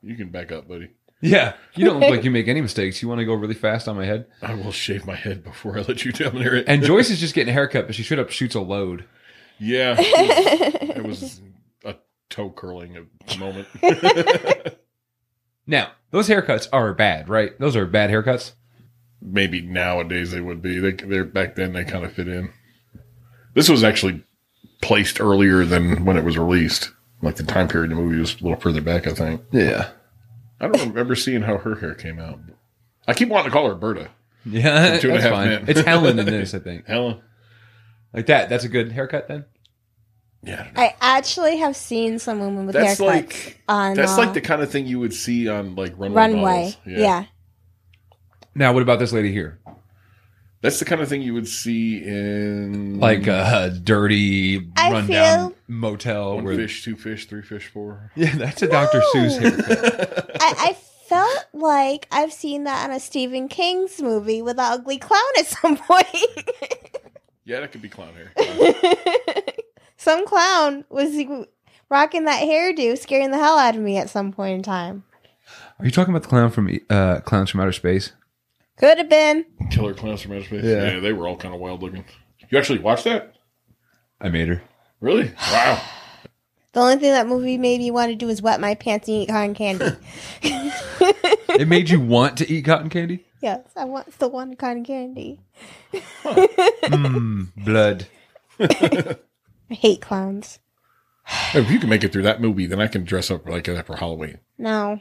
Speaker 4: You can back up, buddy.
Speaker 1: Yeah, you don't look like you make any mistakes. You want to go really fast on my head.
Speaker 4: I will shave my head before I let you dominate it.
Speaker 1: And Joyce is just getting a haircut, but she straight up shoots a load.
Speaker 4: yeah. It was, it was a toe curling moment.
Speaker 1: Now, those haircuts are bad, right? Those are bad haircuts.
Speaker 4: Maybe nowadays they would be. They, they're back then they kind of fit in. This was actually placed earlier than when it was released. Like the time period of the movie was a little further back, I think.
Speaker 1: Yeah.
Speaker 4: I don't remember seeing how her hair came out. I keep wanting to call her Berta.
Speaker 1: Yeah,
Speaker 4: Two and a
Speaker 1: that's
Speaker 4: half
Speaker 1: fine.
Speaker 4: men.
Speaker 1: It's Helen in this, I think.
Speaker 4: Helen.
Speaker 1: Like that. That's a good haircut then.
Speaker 4: Yeah. I don't know.
Speaker 2: I actually have seen some women with haircuts
Speaker 4: That's like-
Speaker 2: on
Speaker 4: That's
Speaker 2: uh,
Speaker 4: like the kind of thing you would see on like runway.
Speaker 2: runway.
Speaker 4: models.
Speaker 2: Yeah.
Speaker 1: Now, what about this lady here?
Speaker 4: That's the kind of thing you would see in
Speaker 1: Like a dirty,
Speaker 2: I
Speaker 1: rundown
Speaker 2: feel-
Speaker 1: motel.
Speaker 4: one
Speaker 1: Where,
Speaker 4: fish, two fish, three fish, four.
Speaker 1: Yeah, that's a Dr. Seuss haircut.
Speaker 2: I, I felt like I've seen that on a Stephen King's movie with an ugly clown at some point.
Speaker 4: Yeah, that could be clown hair.
Speaker 2: some clown was rocking that hairdo, scaring the hell out of me at some point in time.
Speaker 1: Are you talking about the clown from uh, Clowns from Outer Space?
Speaker 2: Could have been.
Speaker 4: Killer clowns from outer space.
Speaker 1: Yeah.
Speaker 4: Yeah. they were all kind of wild looking. You actually watched that?
Speaker 1: I made her.
Speaker 4: Really? Wow.
Speaker 2: The only thing that movie made me want to do is wet my pants and eat cotton candy.
Speaker 1: It made you want to eat cotton candy?
Speaker 2: yes, I want the one cotton candy.
Speaker 1: Mm, blood.
Speaker 2: I hate clowns.
Speaker 4: if you can make it through that movie, then I can dress up like that for Halloween.
Speaker 2: No.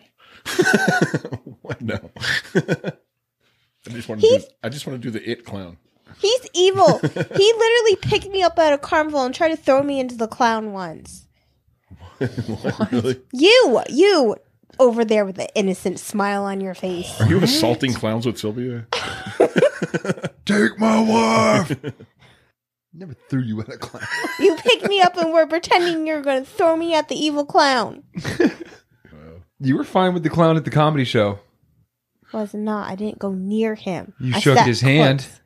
Speaker 4: What? No. I just want to.
Speaker 2: He's-
Speaker 4: Do, I just want to do the it clown.
Speaker 2: He's evil. he literally picked me up at a carnival and tried to throw me into the clown once.
Speaker 4: really?
Speaker 2: You, you over there with the innocent smile on your face.
Speaker 4: Are you assaulting clowns with Sylvia?
Speaker 5: Take my wife.
Speaker 1: Never threw you at a clown.
Speaker 2: You picked me up and were pretending you were going to throw me at the evil clown.
Speaker 1: You were fine with the clown at the comedy show.
Speaker 2: Was not. I didn't go near him.
Speaker 1: You
Speaker 2: I
Speaker 1: shook
Speaker 2: sat
Speaker 1: his hand.
Speaker 2: close.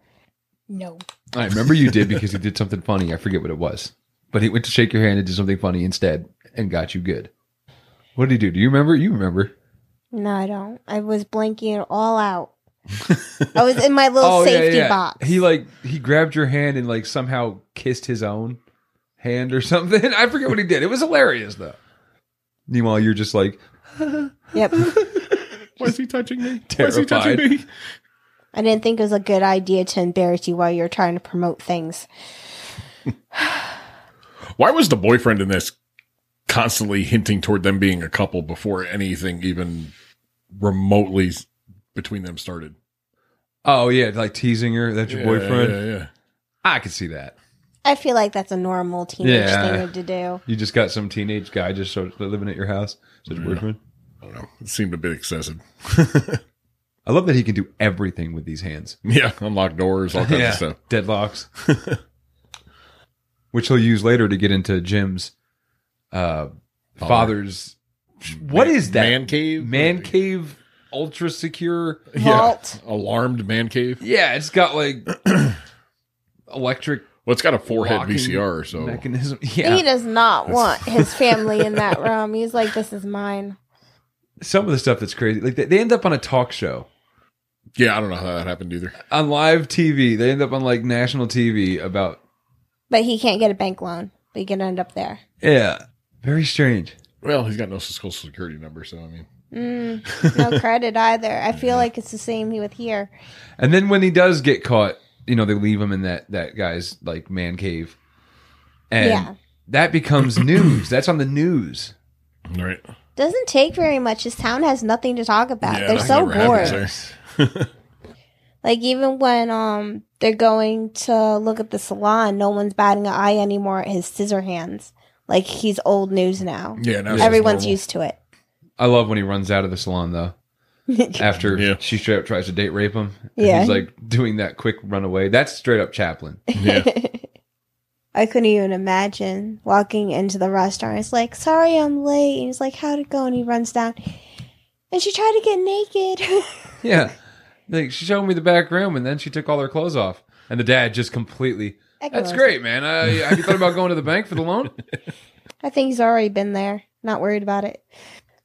Speaker 2: No.
Speaker 1: I remember you did because he did something funny. I forget what it was. But he went to shake your hand and did something funny instead and got you good. What did he do? Do you remember? You remember.
Speaker 2: No, I don't. I was blanking it all out. I was in my little safety box.
Speaker 1: Oh, He like he grabbed your hand and like somehow kissed his own hand or something. I forget what he did. It was hilarious though. Meanwhile, you're just like
Speaker 2: yep.
Speaker 4: Why is he touching me? Why is
Speaker 1: Terrified.
Speaker 4: he touching me?
Speaker 2: I didn't think it was a good idea to embarrass you while you're trying to promote things.
Speaker 4: Why was the boyfriend in this constantly hinting toward them being a couple before anything even remotely s- between them started.
Speaker 1: Oh yeah, like teasing her. That's your
Speaker 4: Yeah,
Speaker 1: boyfriend.
Speaker 4: Yeah, yeah.
Speaker 1: I could see that.
Speaker 2: I feel like that's a normal teenage
Speaker 1: Yeah.
Speaker 2: thing to do.
Speaker 1: You just got some teenage guy just so living at your house. Such
Speaker 4: Yeah.
Speaker 1: boyfriend.
Speaker 4: I don't know. It seemed a bit excessive.
Speaker 1: I love that he can do everything with these hands. uh,
Speaker 4: yeah, unlock doors, all kinds of stuff.
Speaker 1: deadlocks, which he'll use later to get into Jim's uh, father's. What
Speaker 4: Man-
Speaker 1: is that
Speaker 4: Man cave?
Speaker 1: Man cave, ultra secure.
Speaker 2: Vault.
Speaker 4: Alarmed man cave.
Speaker 1: Yeah, it's got like electric
Speaker 4: Well, it's got a forehead
Speaker 1: locking
Speaker 4: VCR, so
Speaker 1: mechanism.
Speaker 2: He
Speaker 1: Yeah,
Speaker 2: does not want his family in that room. He's like, this is mine.
Speaker 1: some of the stuff that's crazy. Like they, they end up on a talk show
Speaker 4: yeah, I don't know how that happened either.
Speaker 1: on live TV. They end up on like national TV about
Speaker 2: But he can't get a bank loan. But he can end up there.
Speaker 1: yeah, very strange.
Speaker 4: Well, he's got no social security number, so I mean,
Speaker 2: Mm, no credit either. I feel like it's the same with here.
Speaker 1: And then when he does get caught, you know, they leave him in that that guy's like man cave. And
Speaker 2: Yeah.
Speaker 1: that becomes news. That's on the news.
Speaker 4: all right.
Speaker 2: Doesn't take very much. His town has nothing to talk about.
Speaker 4: Yeah,
Speaker 2: They're
Speaker 4: that
Speaker 2: so
Speaker 4: never happens
Speaker 2: bored.
Speaker 4: there.
Speaker 2: Like even when um they're going to look at the salon, no one's batting an eye anymore at his scissor hands. Like he's old news now.
Speaker 4: Yeah, now it's just
Speaker 2: Everyone's
Speaker 4: normal.
Speaker 2: used to it.
Speaker 1: I love when he runs out of the salon though. After
Speaker 4: Yeah.
Speaker 1: she straight up tries to date rape him. And
Speaker 2: Yeah.
Speaker 1: He's like doing that quick runaway. That's straight up Chaplin.
Speaker 4: Yeah,
Speaker 2: I couldn't even imagine walking into the restaurant. It's like, sorry, I'm late. And he's like, how'd it go? And he runs down. And she tried to get naked.
Speaker 1: yeah. Like she showed me the back room and then she took all her clothes off. And the dad just completely
Speaker 2: That
Speaker 1: That's
Speaker 2: goes.
Speaker 1: great, man. I have you thought about going to the bank for the loan?
Speaker 2: I think he's already been there. Not worried about it.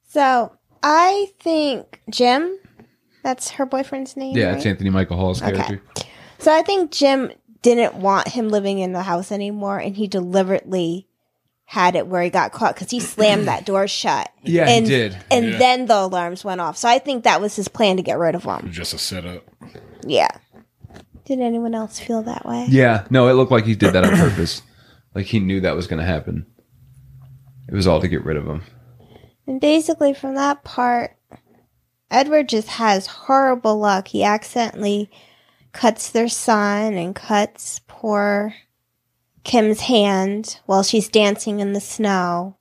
Speaker 2: So I think Jim, that's her boyfriend's name.
Speaker 1: Yeah,
Speaker 2: right?
Speaker 1: it's Anthony Michael Hall's
Speaker 2: Okay.
Speaker 1: character.
Speaker 2: So I think Jim didn't want him living in the house anymore, and he deliberately had it where he got caught because he slammed that door shut.
Speaker 1: Yeah,
Speaker 2: and,
Speaker 1: he did.
Speaker 2: And
Speaker 4: Yeah.
Speaker 2: then the alarms went off. So I think that was his plan to get rid of
Speaker 1: Mm.
Speaker 2: him.
Speaker 4: just a setup.
Speaker 2: Yeah. Did anyone else feel that way?
Speaker 1: Yeah, no, it looked like he did that on purpose. Like he knew that was going to happen. It was all to get rid of him.
Speaker 2: And basically, from that part, Edward just has horrible luck. He accidentally cuts their son and cuts poor Kim's hand while she's dancing in the snow.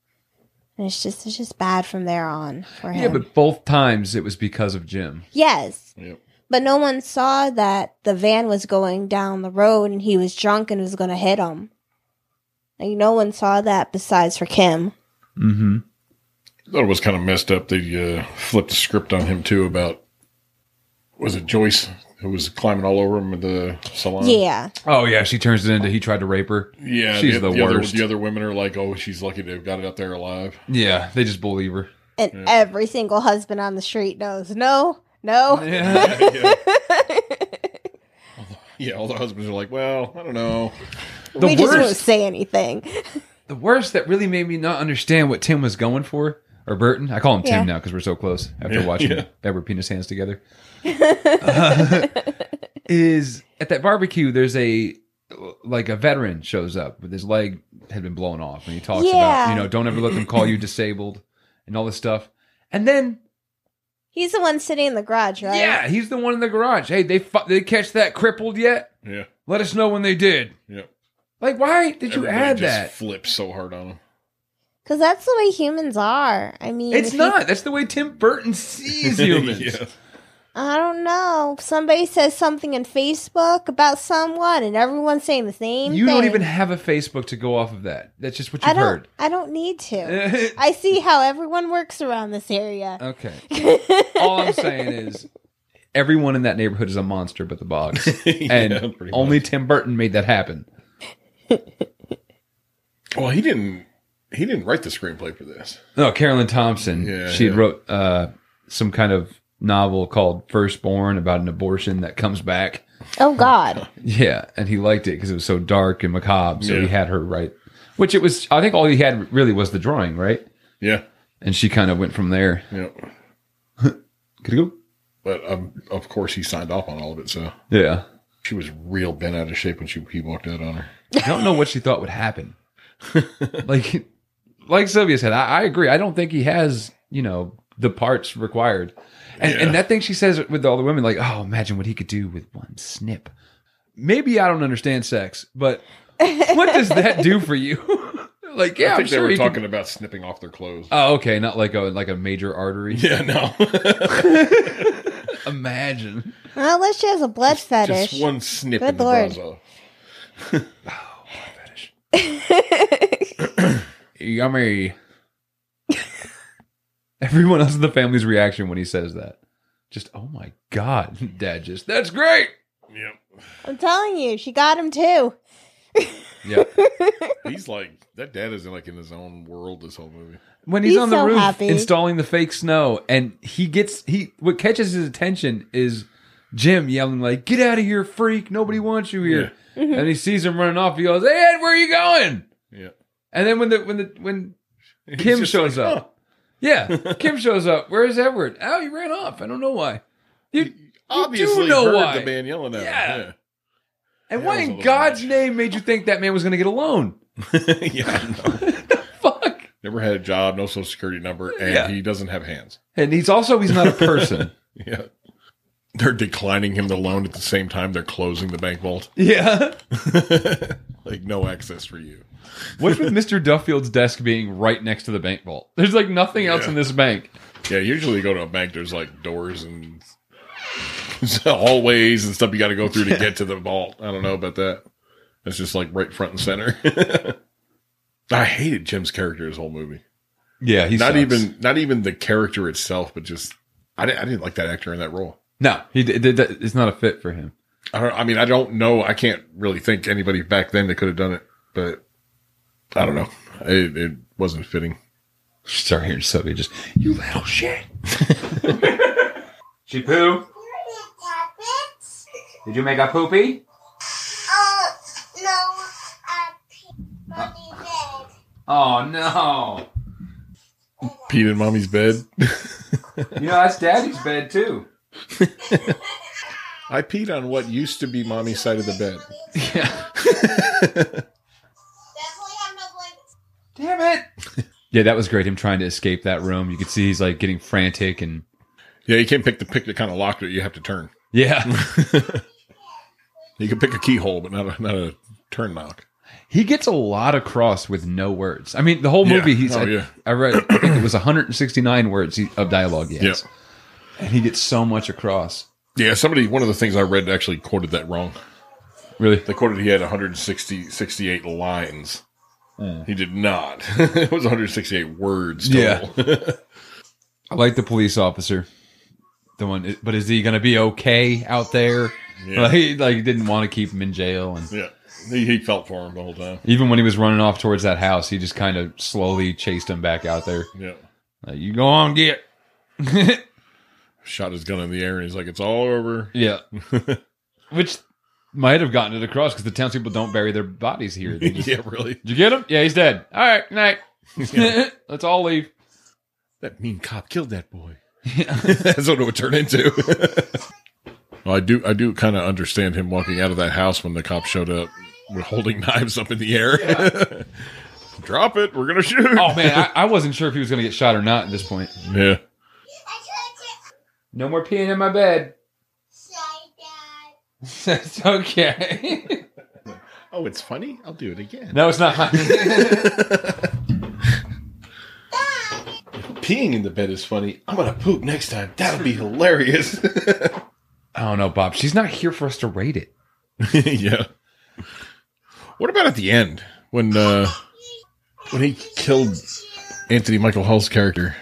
Speaker 2: And it's just it's just bad from there on for him.
Speaker 1: Yeah, but both times it was because of Jim.
Speaker 2: yes.
Speaker 4: Yep.
Speaker 2: But no one saw that the van was going down the road and he was drunk and was going to hit him. Like no one saw that besides for Kim.
Speaker 1: Mm-hmm.
Speaker 4: thought it was kind of messed up. They uh, flipped the script on him too about was it Joyce who was climbing all over him in the salon?
Speaker 2: yeah.
Speaker 1: Oh yeah, she turns it into he tried to rape her.
Speaker 4: yeah.
Speaker 1: She's the
Speaker 4: other-
Speaker 1: worst.
Speaker 4: the other women are like, "Oh, she's lucky to have got it out there alive."
Speaker 1: Yeah, they just believe her.
Speaker 2: And every single husband on the street knows no, no.
Speaker 1: Yeah,
Speaker 4: yeah. yeah, all the husbands are like, "Well, I don't know."
Speaker 1: the
Speaker 2: we just won't
Speaker 1: worst.
Speaker 2: say anything.
Speaker 1: The worst that really made me not understand what Tim was going for, or Burton. I call him
Speaker 2: Yeah.
Speaker 1: Tim now because we're so close after
Speaker 4: Yeah,
Speaker 1: watching
Speaker 4: yeah.
Speaker 1: Edward Penis Hands together. is at that barbecue? There's a like a veteran shows up with his leg had been blown off, and he talks about
Speaker 2: Yeah.
Speaker 1: you know don't ever let them call you disabled and all this stuff. And then
Speaker 2: He's the one sitting in the garage, right?
Speaker 1: yeah, he's the one in the garage. Hey, they fu- they catch that crippled yet?
Speaker 4: Yeah,
Speaker 1: Let us know when they did.
Speaker 4: yeah.
Speaker 1: Like, why did you
Speaker 4: Everybody
Speaker 1: add
Speaker 4: just
Speaker 1: that?
Speaker 4: Flips so hard on him.
Speaker 2: Because that's the way humans are. I mean,
Speaker 1: It's
Speaker 2: if you-
Speaker 1: not. That's the way Tim Burton sees humans.
Speaker 4: yeah.
Speaker 2: I don't know. Somebody says something in Facebook about someone, and everyone's saying the same
Speaker 1: You
Speaker 2: thing.
Speaker 1: don't even have a Facebook to go off of that. That's just what
Speaker 2: I
Speaker 1: you've
Speaker 2: don't.
Speaker 1: heard.
Speaker 2: I don't need to. I see how everyone works around this area.
Speaker 1: okay. All I'm saying is everyone in that neighborhood is a monster but the bogs. And
Speaker 4: Yeah, pretty
Speaker 1: only Tim Burton made that happen.
Speaker 4: Well, he didn't. He didn't write the screenplay for this.
Speaker 1: No, Carolyn Thompson.
Speaker 4: Yeah,
Speaker 1: she
Speaker 4: yeah.
Speaker 1: wrote uh, some kind of novel called Firstborn about an abortion that comes back.
Speaker 2: Oh God.
Speaker 1: Yeah, and he liked it because it was so dark and macabre. So
Speaker 4: Yeah.
Speaker 1: he had her write, which it was. I think all he had really was the drawing, right?
Speaker 4: Yeah,
Speaker 1: And she kind of went from there.
Speaker 4: yeah.
Speaker 1: Could you go?
Speaker 4: But um, of course, he signed off on all of it. So
Speaker 1: Yeah.
Speaker 4: she was real bent out of shape when she he walked out on her.
Speaker 1: I don't know what she thought would happen. like like Sylvia said, I, I agree. I don't think he has, you know, the parts required. And, and that thing she says with all the women, like, oh, imagine what he could do with one snip. Maybe I don't understand sex, but what does that do for you? like, yeah,
Speaker 4: I
Speaker 1: I'm
Speaker 4: think
Speaker 1: sure
Speaker 4: they were
Speaker 1: he could-
Speaker 4: talking about snipping off their clothes.
Speaker 1: Oh, okay, not like a like a major artery.
Speaker 4: yeah, no.
Speaker 1: Imagine.
Speaker 2: Well, unless she has a blood fetish.
Speaker 4: Just one snip
Speaker 2: Good
Speaker 4: in the
Speaker 2: Lord.
Speaker 4: Lord.
Speaker 1: Yummy. Everyone else in the family's reaction when he says that. Just, oh my God, dad just, that's great.
Speaker 4: Yep.
Speaker 2: I'm telling you, she got him too.
Speaker 1: Yeah.
Speaker 4: He's like that dad is like in his own world this whole movie.
Speaker 1: When he's,
Speaker 2: He's
Speaker 1: on the
Speaker 2: so
Speaker 1: roof
Speaker 2: happy.
Speaker 1: installing the fake snow and he gets, he, what catches his attention is Jim yelling like, get out of here, freak. Nobody wants you here.
Speaker 2: Mm-hmm.
Speaker 1: And he sees him running off. He goes, hey, Ed, where are you going?
Speaker 4: Yeah.
Speaker 1: And then when the, when the, when
Speaker 4: He's
Speaker 1: Kim
Speaker 4: just
Speaker 1: shows
Speaker 4: like,
Speaker 1: up. Yeah, Kim shows up. Where's Edward? Oh, he ran off. I don't know why. You,
Speaker 4: "Huh."
Speaker 1: you
Speaker 4: Obviously
Speaker 1: do know
Speaker 4: heard
Speaker 1: why.
Speaker 4: the man yelling at him.
Speaker 1: and
Speaker 4: that
Speaker 1: why
Speaker 4: was a
Speaker 1: in
Speaker 4: little
Speaker 1: God's
Speaker 4: much.
Speaker 1: name made you think that man was going to get a loan?
Speaker 4: Yeah. yeah I know.
Speaker 1: Fuck.
Speaker 4: Never had a job, no social security number, and
Speaker 1: Yeah.
Speaker 4: he doesn't have hands.
Speaker 1: And he's also he's not a person.
Speaker 4: Yeah. They're declining him the loan at the same time they're closing the bank vault.
Speaker 1: yeah.
Speaker 4: like no access for you.
Speaker 1: What's with Mr. Duffield's desk being right next to the bank vault? There's like nothing else in this bank.
Speaker 4: Yeah, usually you go to a bank, there's like doors and hallways and stuff you got to go through to get to the vault. I don't know about that. It's just like right front and center. I hated Jim's character this whole movie.
Speaker 1: Yeah, he's
Speaker 4: not even not even the character itself, but just I didn't, I didn't like that actor in that role.
Speaker 1: No, he did, did that, it's not a fit for him.
Speaker 4: I don't. I mean, I don't know. I can't really think anybody back then that could have done it, but I don't know. It, it wasn't fitting.
Speaker 1: Start hearing Sylvia just you little shit.
Speaker 6: She poo? Did you make a poopy? Oh no.
Speaker 4: Pete in mommy's bed.
Speaker 6: You know that's daddy's bed too.
Speaker 4: I peed on what used to be mommy's side of the bed.
Speaker 1: Yeah.
Speaker 6: Damn it.
Speaker 1: Yeah, that was great. Him trying to escape that room. You could see he's like getting frantic and
Speaker 4: Yeah, you can't pick the pick the kind of lock that you have to turn.
Speaker 1: yeah.
Speaker 4: You can pick a keyhole, but not a, not a turn lock.
Speaker 1: He gets a lot across with no words. I mean, the whole
Speaker 4: Yeah.
Speaker 1: movie. He's
Speaker 4: Oh,
Speaker 1: I,
Speaker 4: yeah.
Speaker 1: I read I think it was 169 words he- of dialogue. Yes,
Speaker 4: Yeah.
Speaker 1: and he gets so much across.
Speaker 4: Yeah, somebody. One of the things I read actually quoted that wrong.
Speaker 1: Really,
Speaker 4: They quoted he had 160 68 lines. He did not. it was 168 words. Total. Hmm. Yeah.
Speaker 1: I like the police officer. The one, but is he going to be okay out there?
Speaker 4: Yeah.
Speaker 1: Like, he- like he didn't want to keep him in jail, and
Speaker 4: yeah. He, he felt for him the whole time.
Speaker 1: even when he was running off towards that house, he just kind of slowly chased him back out there.
Speaker 4: Yeah.
Speaker 1: Like, you go on, get.
Speaker 4: Shot his gun in the air and he's like, it's all over.
Speaker 1: Yeah. Which might have gotten it across because the townspeople don't bury their bodies here. They just-
Speaker 4: yeah, really.
Speaker 1: Did you get him? Yeah, he's dead. All right, night. Let's all leave.
Speaker 4: That mean cop killed that boy. That's what it would turn into. well, I do I do kind of understand him walking out of that house when the cop showed up with holding knives up in the air. Drop it. We're going to shoot.
Speaker 1: Oh man, I, I wasn't sure if he was going to get shot or not at this point.
Speaker 4: Yeah.
Speaker 1: No more peeing in my bed. That's okay.
Speaker 4: Oh, it's funny? I'll do it again.
Speaker 1: no, it's not.
Speaker 4: Peeing in the bed is funny. I'm going to poop next time. That'll be hilarious.
Speaker 1: I don't know, Bob. She's not here for us to rate it.
Speaker 4: yeah. What about at the end when uh when he killed Anthony Michael Hall's character?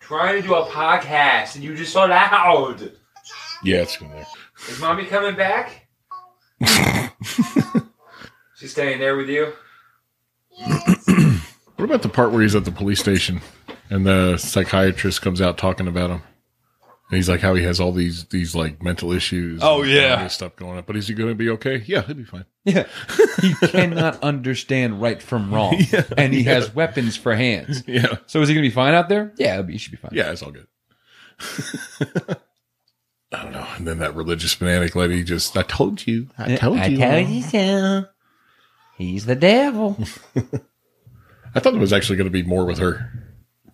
Speaker 6: Trying to do a podcast and you just so loud.
Speaker 4: Yeah, it's going there.
Speaker 6: Is mommy coming back? She's staying there with you?
Speaker 4: What about the part where he's at the police station and the psychiatrist comes out talking about him? And he's like how he has all these these like mental issues.
Speaker 1: Oh,
Speaker 4: and
Speaker 1: yeah.
Speaker 4: all this stuff going on. But is he going to be okay? Yeah, he'll be fine.
Speaker 1: Yeah, he cannot understand right from wrong, and he has weapons for hands.
Speaker 4: Yeah,
Speaker 1: So is he going to be fine out there? Yeah, it'll be- he should be fine.
Speaker 4: yeah, it's all good. I don't know. And then that religious fanatic lady just, I told you, I told you.
Speaker 7: I told you so. He's the devil.
Speaker 4: I thought there was actually going to be more with her.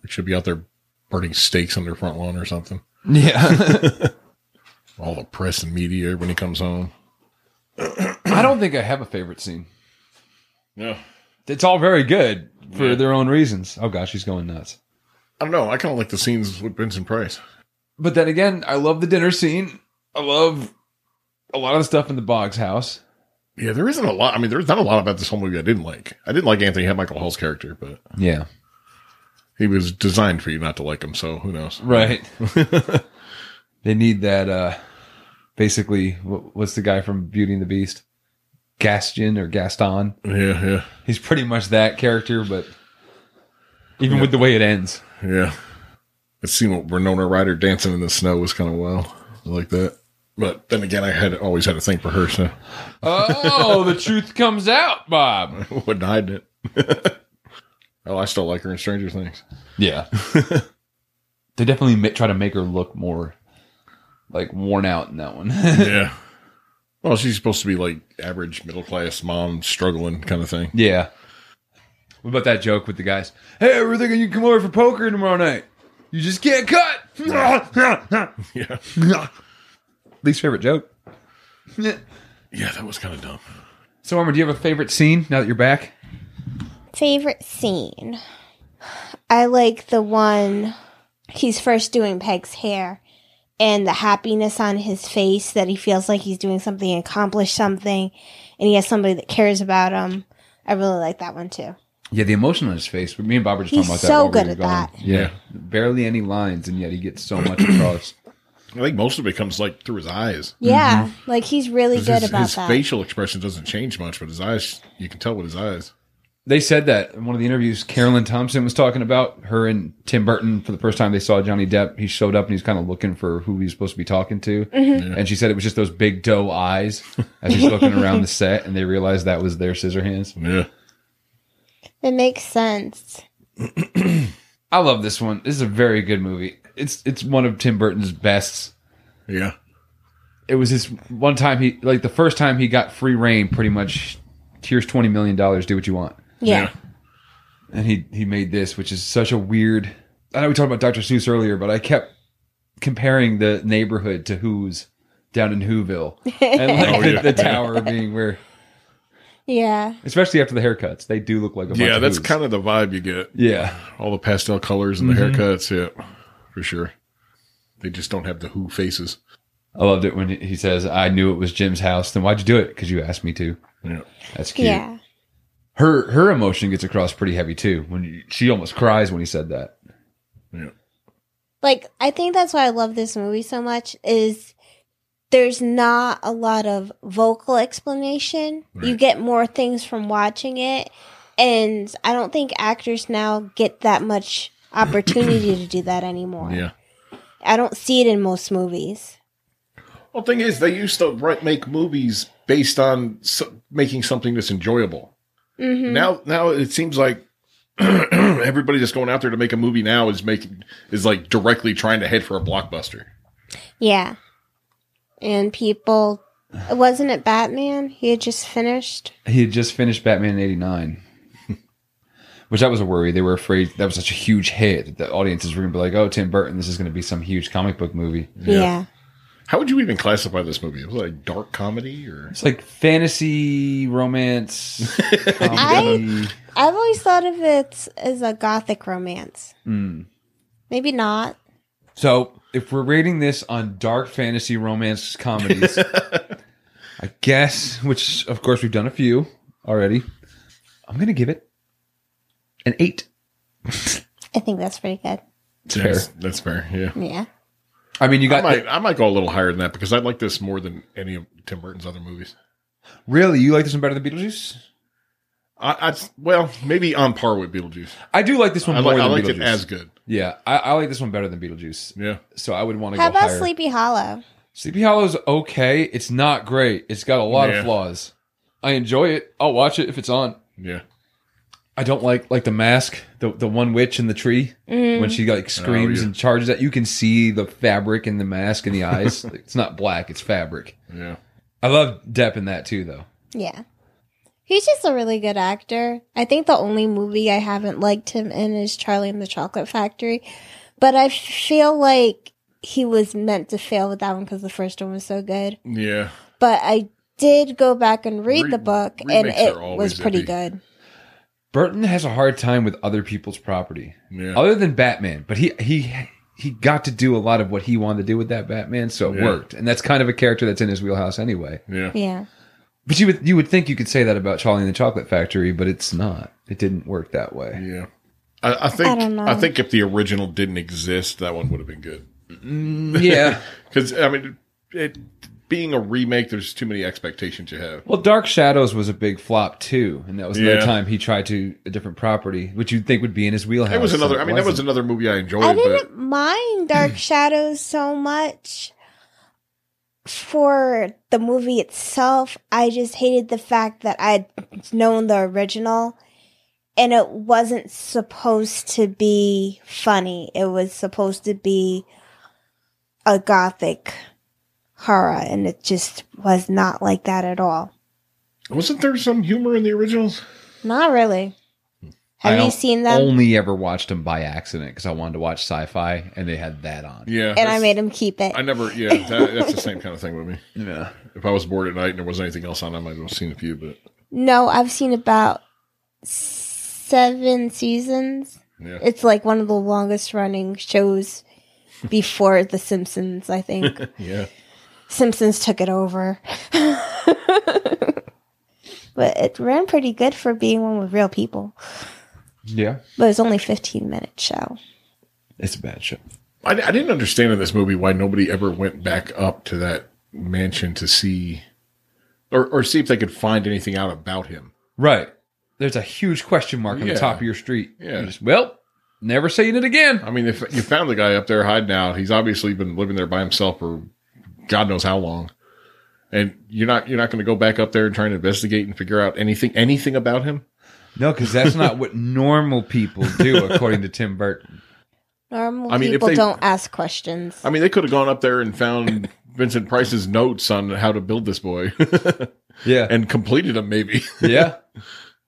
Speaker 4: It should be out there burning stakes on their front lawn or something.
Speaker 1: Yeah.
Speaker 4: All the press and media when he comes home.
Speaker 1: I don't think I have a favorite scene.
Speaker 4: No,
Speaker 1: It's all very good for
Speaker 4: Yeah.
Speaker 1: their own reasons. Oh gosh, she's going nuts.
Speaker 4: I don't know. I kind of like the scenes with Vincent Price.
Speaker 1: But then again, I love the dinner scene. I love a lot of the stuff in the Boggs house.
Speaker 4: Yeah, there isn't a lot. I mean, there's not a lot about this whole movie I didn't like. I didn't like Anthony Michael Hall's character, but
Speaker 1: Yeah.
Speaker 4: he was designed for you not to like him. So who knows?
Speaker 1: Right. they need that. uh Basically, wh- what's the guy from Beauty and the Beast? Gaston or Gaston?
Speaker 4: Yeah, yeah,
Speaker 1: He's pretty much that character, but even with the way it ends.
Speaker 4: yeah. It seemed like Renona Ryder dancing in the snow was kind of wild. I like that. But then again, I had always had a thing for her, so
Speaker 1: Oh, the truth comes out, Bob.
Speaker 4: I wouldn't hide it. oh, I still like her in Stranger Things.
Speaker 1: Yeah. they definitely ma- try to make her look more like worn out in that one.
Speaker 4: yeah. Well, she's supposed to be like average middle class mom struggling kind of thing.
Speaker 1: yeah. What about that joke with the guys? Hey, we're thinking you can come over for poker tomorrow night. You just can't cut.
Speaker 4: Yeah.
Speaker 1: Least favorite joke.
Speaker 4: Yeah, that was kind of dumb.
Speaker 1: So, Armor, do you have a favorite scene now that you're back?
Speaker 2: Favorite scene. I like the one he's first doing Peg's hair and the happiness on his face that he feels like he's doing something, accomplished something, and he has somebody that cares about him. I really like that one too.
Speaker 1: Yeah, the emotion on his face. Me and Bob were just
Speaker 2: He's
Speaker 1: talking about that.
Speaker 2: so
Speaker 1: while we
Speaker 2: good
Speaker 1: were
Speaker 2: at
Speaker 1: gone.
Speaker 2: that.
Speaker 1: Yeah. Barely any lines, and yet he gets so much across.
Speaker 4: I think most of it comes like through his eyes.
Speaker 2: Yeah, like he's really good
Speaker 4: his
Speaker 2: about
Speaker 4: his
Speaker 2: that.
Speaker 4: facial expression doesn't change much, but his eyes, you can tell with his eyes.
Speaker 1: They said that in one of the interviews, Carolyn Thompson was talking about her and Tim Burton for the first time they saw Johnny Depp. He showed up and he's kind of looking for who he's supposed to be talking to. And she said it was just those big doe eyes as he's looking around the set, and they realized that was their scissor hands.
Speaker 4: Yeah.
Speaker 2: It makes sense.
Speaker 1: I love this one. This is a very good movie. It's it's one of Tim Burton's best.
Speaker 4: Yeah.
Speaker 1: It was his one time he like the first time he got free reign, pretty much. Here's twenty million dollars. Do what you want.
Speaker 2: Yeah.
Speaker 1: and he he made this, which is such a weird. I know we talked about Dr. Seuss earlier, but I kept comparing the neighborhood to Who's down in Whoville, and like
Speaker 4: Oh,
Speaker 1: the,
Speaker 4: yeah.
Speaker 1: the tower being where,
Speaker 2: Yeah.
Speaker 1: especially after the haircuts, they do look like a bunch
Speaker 4: Yeah,
Speaker 1: of
Speaker 4: that's
Speaker 1: Whos.
Speaker 4: kind of the vibe you get.
Speaker 1: yeah.
Speaker 4: All the pastel colors and the
Speaker 2: Mm-hmm.
Speaker 4: haircuts. Yeah, for sure. They just don't have the who faces.
Speaker 1: I loved it when he- he says, "I knew it was Jim's house." Then why'd you do it? Because you asked me to.
Speaker 4: Yeah.
Speaker 1: That's cute.
Speaker 2: Yeah.
Speaker 1: Her her emotion gets across pretty heavy too. When you, she almost cries when he said that.
Speaker 4: Yeah.
Speaker 2: Like I think that's why I love this movie so much is there's not a lot of vocal explanation. You
Speaker 4: Right.
Speaker 2: get more things from watching it and I don't think actors now get that much opportunity to do that anymore.
Speaker 4: Yeah.
Speaker 2: I don't see it in most movies.
Speaker 4: Well, thing is, they used to write, make movies based on so, making something that's enjoyable.
Speaker 2: Mhm.
Speaker 4: Now, now it seems like everybody that's going out there to make a movie now is making is like directly trying to head for a blockbuster.
Speaker 2: Yeah. And people wasn't it Batman? He had just finished.
Speaker 1: He had just finished Batman in '89, which that was a worry. They were afraid that was such a huge hit that the audiences were going to be like, "Oh, Tim Burton, this is going to be some huge comic book movie."
Speaker 2: yeah.
Speaker 4: How would you even classify this movie? Was it like dark comedy or?
Speaker 1: It's like fantasy romance. comedy.
Speaker 2: I've always thought of it as a gothic romance.
Speaker 1: Mm.
Speaker 2: Maybe not.
Speaker 1: So, if we're rating this on dark fantasy romance comedies, I guess, which of course we've done a few already, I'm going to give it an eight.
Speaker 2: I think that's pretty good.
Speaker 1: It's
Speaker 4: Yeah,
Speaker 1: fair.
Speaker 4: That's, that's fair. Yeah.
Speaker 2: Yeah.
Speaker 1: I mean, you
Speaker 4: I
Speaker 1: got
Speaker 4: might, I might go a little higher than that because I like this more than any of Tim Burton's other movies.
Speaker 1: really. You like this one better than Beetlejuice?
Speaker 4: I, I well, maybe on par with Beetlejuice.
Speaker 1: I do like this one
Speaker 4: I,
Speaker 1: more
Speaker 4: like, I
Speaker 1: than
Speaker 4: liked
Speaker 1: Beetlejuice.
Speaker 4: it as good.
Speaker 1: yeah, I, I like this one better than Beetlejuice.
Speaker 4: Yeah,
Speaker 1: So I would want to
Speaker 2: How
Speaker 1: go
Speaker 2: about
Speaker 1: higher.
Speaker 2: Sleepy Hollow?
Speaker 1: Sleepy Hollow's okay. It's not great. It's got a lot
Speaker 4: Yeah.
Speaker 1: of flaws. I enjoy it. I'll watch it if it's on.
Speaker 4: yeah.
Speaker 1: I don't like like the mask, the the one witch in the tree
Speaker 2: Mm-hmm.
Speaker 1: when she like screams
Speaker 4: Oh, yeah.
Speaker 1: and charges at you can see the fabric in the mask and the eyes. Like, it's not black, it's fabric.
Speaker 4: Yeah.
Speaker 1: I love Depp in that too though.
Speaker 2: Yeah. He's just a really good actor. I think the only movie I haven't liked him in is Charlie and the Chocolate Factory. But I feel like he was meant to fail with that one because the first one was so good.
Speaker 4: Yeah.
Speaker 2: But I did go back and read the book, and
Speaker 4: remakes
Speaker 2: it
Speaker 4: are
Speaker 2: was
Speaker 4: always
Speaker 2: pretty
Speaker 4: iffy.
Speaker 2: good.
Speaker 1: Burton has a hard time with other people's property,
Speaker 4: Yeah.
Speaker 1: other than Batman. But he he he got to do a lot of what he wanted to do with that Batman, so it
Speaker 4: Yeah.
Speaker 1: worked. And that's kind of a character that's in his wheelhouse anyway.
Speaker 4: yeah.
Speaker 2: Yeah.
Speaker 1: But you would you would think you could say that about Charlie and the Chocolate Factory, but it's not. It didn't work that way.
Speaker 4: Yeah. I, I think
Speaker 2: don't know.
Speaker 4: I, think if the original didn't exist, that one would have been good. Mm.
Speaker 1: Yeah.
Speaker 4: Because I mean, it being a remake, there's too many expectations you have.
Speaker 1: well, Dark Shadows was a big flop too, and that was another
Speaker 4: Yeah.
Speaker 1: time he tried to a different property, which you'd think would be in his wheelhouse.
Speaker 4: It was
Speaker 1: and
Speaker 4: another. I mean, that was
Speaker 1: Oh, wasn't.
Speaker 4: another movie I enjoyed.
Speaker 2: I
Speaker 4: but
Speaker 2: didn't mind Dark Shadows so much for the movie itself. I just hated the fact that I'd known the original and it wasn't supposed to be funny. It was supposed to be a gothic horror and it just was not like that at all.
Speaker 4: wasn't there some humor in the originals?
Speaker 2: Not really.
Speaker 1: I
Speaker 2: Have you
Speaker 1: don't-
Speaker 2: seen them?
Speaker 1: Only ever watched them by accident because I wanted to watch sci-fi, and they had that on.
Speaker 4: Yeah.
Speaker 2: and I
Speaker 4: that's-
Speaker 2: made him keep it.
Speaker 4: I never. Yeah, that, that's the same kind of thing with me.
Speaker 1: Yeah.
Speaker 4: If I was bored at night and there wasn't anything else on, I might have seen a few. But
Speaker 2: No, I've seen about seven seasons.
Speaker 4: yeah,
Speaker 2: It's like one of the longest running shows before The Simpsons, I think.
Speaker 4: yeah.
Speaker 2: Simpsons took it over. but it ran pretty good for being one with real people.
Speaker 1: Yeah.
Speaker 2: But it was only 15 minute show.
Speaker 1: It's a bad show.
Speaker 4: I, I didn't understand in this movie why nobody ever went back up to that mansion to see, or or see if they could find anything out about him.
Speaker 1: Right. There's a huge question mark on
Speaker 4: Yeah.
Speaker 1: the top of your street.
Speaker 4: Yeah.
Speaker 1: You're just, well, never seeing it again.
Speaker 4: I mean, if you found the guy up there hiding out, he's obviously been living there by himself for God knows how long. And you're not you're not going to go back up there and try and investigate and figure out anything anything about him.
Speaker 1: No, because that's not what normal people do, according to Tim Burton.
Speaker 2: Normal
Speaker 4: I mean, if
Speaker 2: people
Speaker 4: they-
Speaker 2: don't ask questions.
Speaker 4: I mean, they could have gone up there and found Vincent Price's notes on how to build this boy
Speaker 1: Yeah.
Speaker 4: and completed them. Maybe.
Speaker 1: yeah.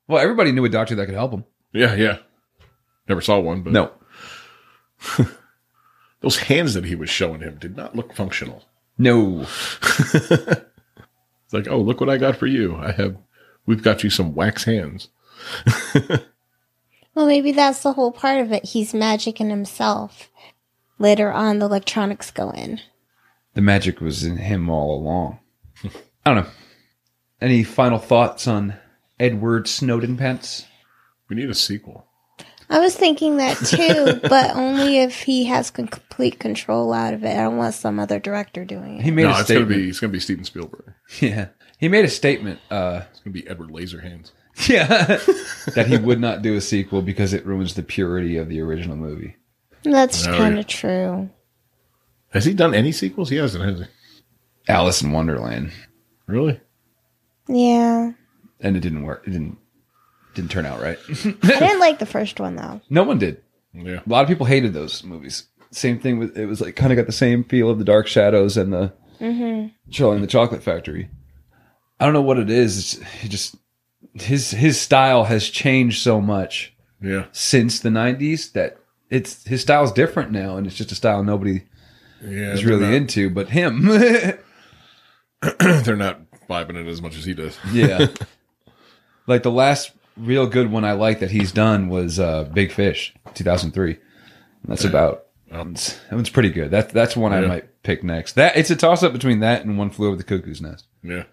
Speaker 1: Well, everybody knew a doctor that could help him.
Speaker 4: yeah, yeah. Never saw one, but
Speaker 1: No.
Speaker 4: those hands that he was showing him did not look functional.
Speaker 1: No.
Speaker 4: It's like, oh, look what I got for you. I have, we've got you some wax hands.
Speaker 2: Well, maybe that's the whole part of it. He's magic in himself. Later on, the electronics go in.
Speaker 1: The magic was in him all along. I don't know. Any final thoughts on Edward Snowden Pence?
Speaker 4: We need a sequel.
Speaker 2: I was thinking that too, but only if he has con- complete control out of it. I don't want some other director doing
Speaker 1: He
Speaker 2: it.
Speaker 1: made
Speaker 4: No,
Speaker 1: a
Speaker 4: it's gonna
Speaker 1: statement.
Speaker 4: be it's gonna be Steven Spielberg.
Speaker 1: yeah. He made a statement. Uh,
Speaker 4: It's gonna be Edward Laserhands.
Speaker 1: yeah. that he would not do a sequel because it ruins the purity of the original movie.
Speaker 2: That's
Speaker 4: No,
Speaker 2: kind
Speaker 4: yeah.
Speaker 2: of true.
Speaker 4: Has he done any sequels? He hasn't, has he?
Speaker 1: Alice in Wonderland,
Speaker 4: Really?
Speaker 2: Yeah.
Speaker 1: and it didn't work. It didn't didn't turn out right.
Speaker 2: I didn't like the first one though.
Speaker 1: no one did.
Speaker 4: Yeah.
Speaker 1: A lot of people hated those movies. Same thing with it was like kind of got the same feel of the Dark Shadows and the Charlie and the Chocolate Factory. I don't know what it is. It's, it just his his style has changed so much
Speaker 4: Yeah.
Speaker 1: since the '90s that it's his style's different now, and it's just a style nobody
Speaker 4: Yeah.
Speaker 1: is
Speaker 4: they're
Speaker 1: really
Speaker 4: not-
Speaker 1: into but him.
Speaker 4: they're not vibing it as much as he does.
Speaker 1: yeah, like the last real good one I like that he's done was uh, Big Fish, 2003. And that's about that one's, that one's pretty good. That that's one I
Speaker 4: Yeah.
Speaker 1: might pick next. That it's a toss up between that and One Flew Over the Cuckoo's Nest.
Speaker 4: Yeah.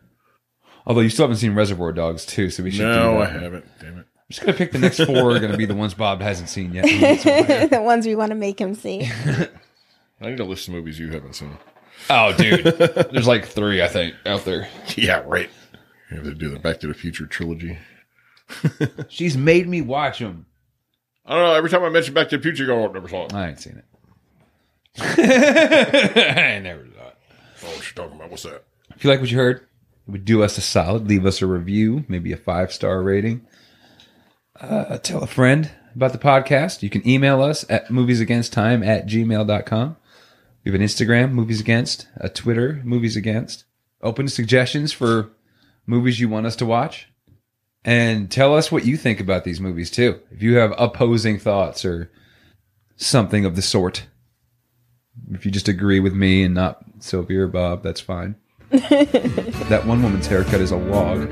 Speaker 1: Although you still haven't seen Reservoir Dogs too, so we should. do
Speaker 4: No,
Speaker 1: that
Speaker 4: I
Speaker 1: one. I'm
Speaker 4: haven't. Damn it.
Speaker 1: just gonna pick the next four. are gonna be the ones Bob hasn't seen yet.
Speaker 2: the ones we want to make him see.
Speaker 4: I need a list of movies you haven't seen.
Speaker 1: oh, dude, there's like three I think out there.
Speaker 4: Yeah, right. You have to do the Back to the Future trilogy.
Speaker 1: She's made me watch them.
Speaker 4: I don't know. Every time I mention Back to the Future, you go, oh, never saw it.
Speaker 1: I ain't seen it. I never saw it.
Speaker 4: Oh, what you talking about? What's that?
Speaker 1: If you like what you heard, it would do us a solid. Leave us a review, maybe a five star rating. Uh, tell a friend about the podcast. You can email us at moviesagainsttime at gmail.com. We have an Instagram, Movies Against, a Twitter, Movies Against. Open suggestions for movies you want us to watch. and tell us what you think about these movies too. If you have opposing thoughts or something of the sort, if you just agree with me and not Sylvia or Bob, that's fine. that one woman's haircut is a log.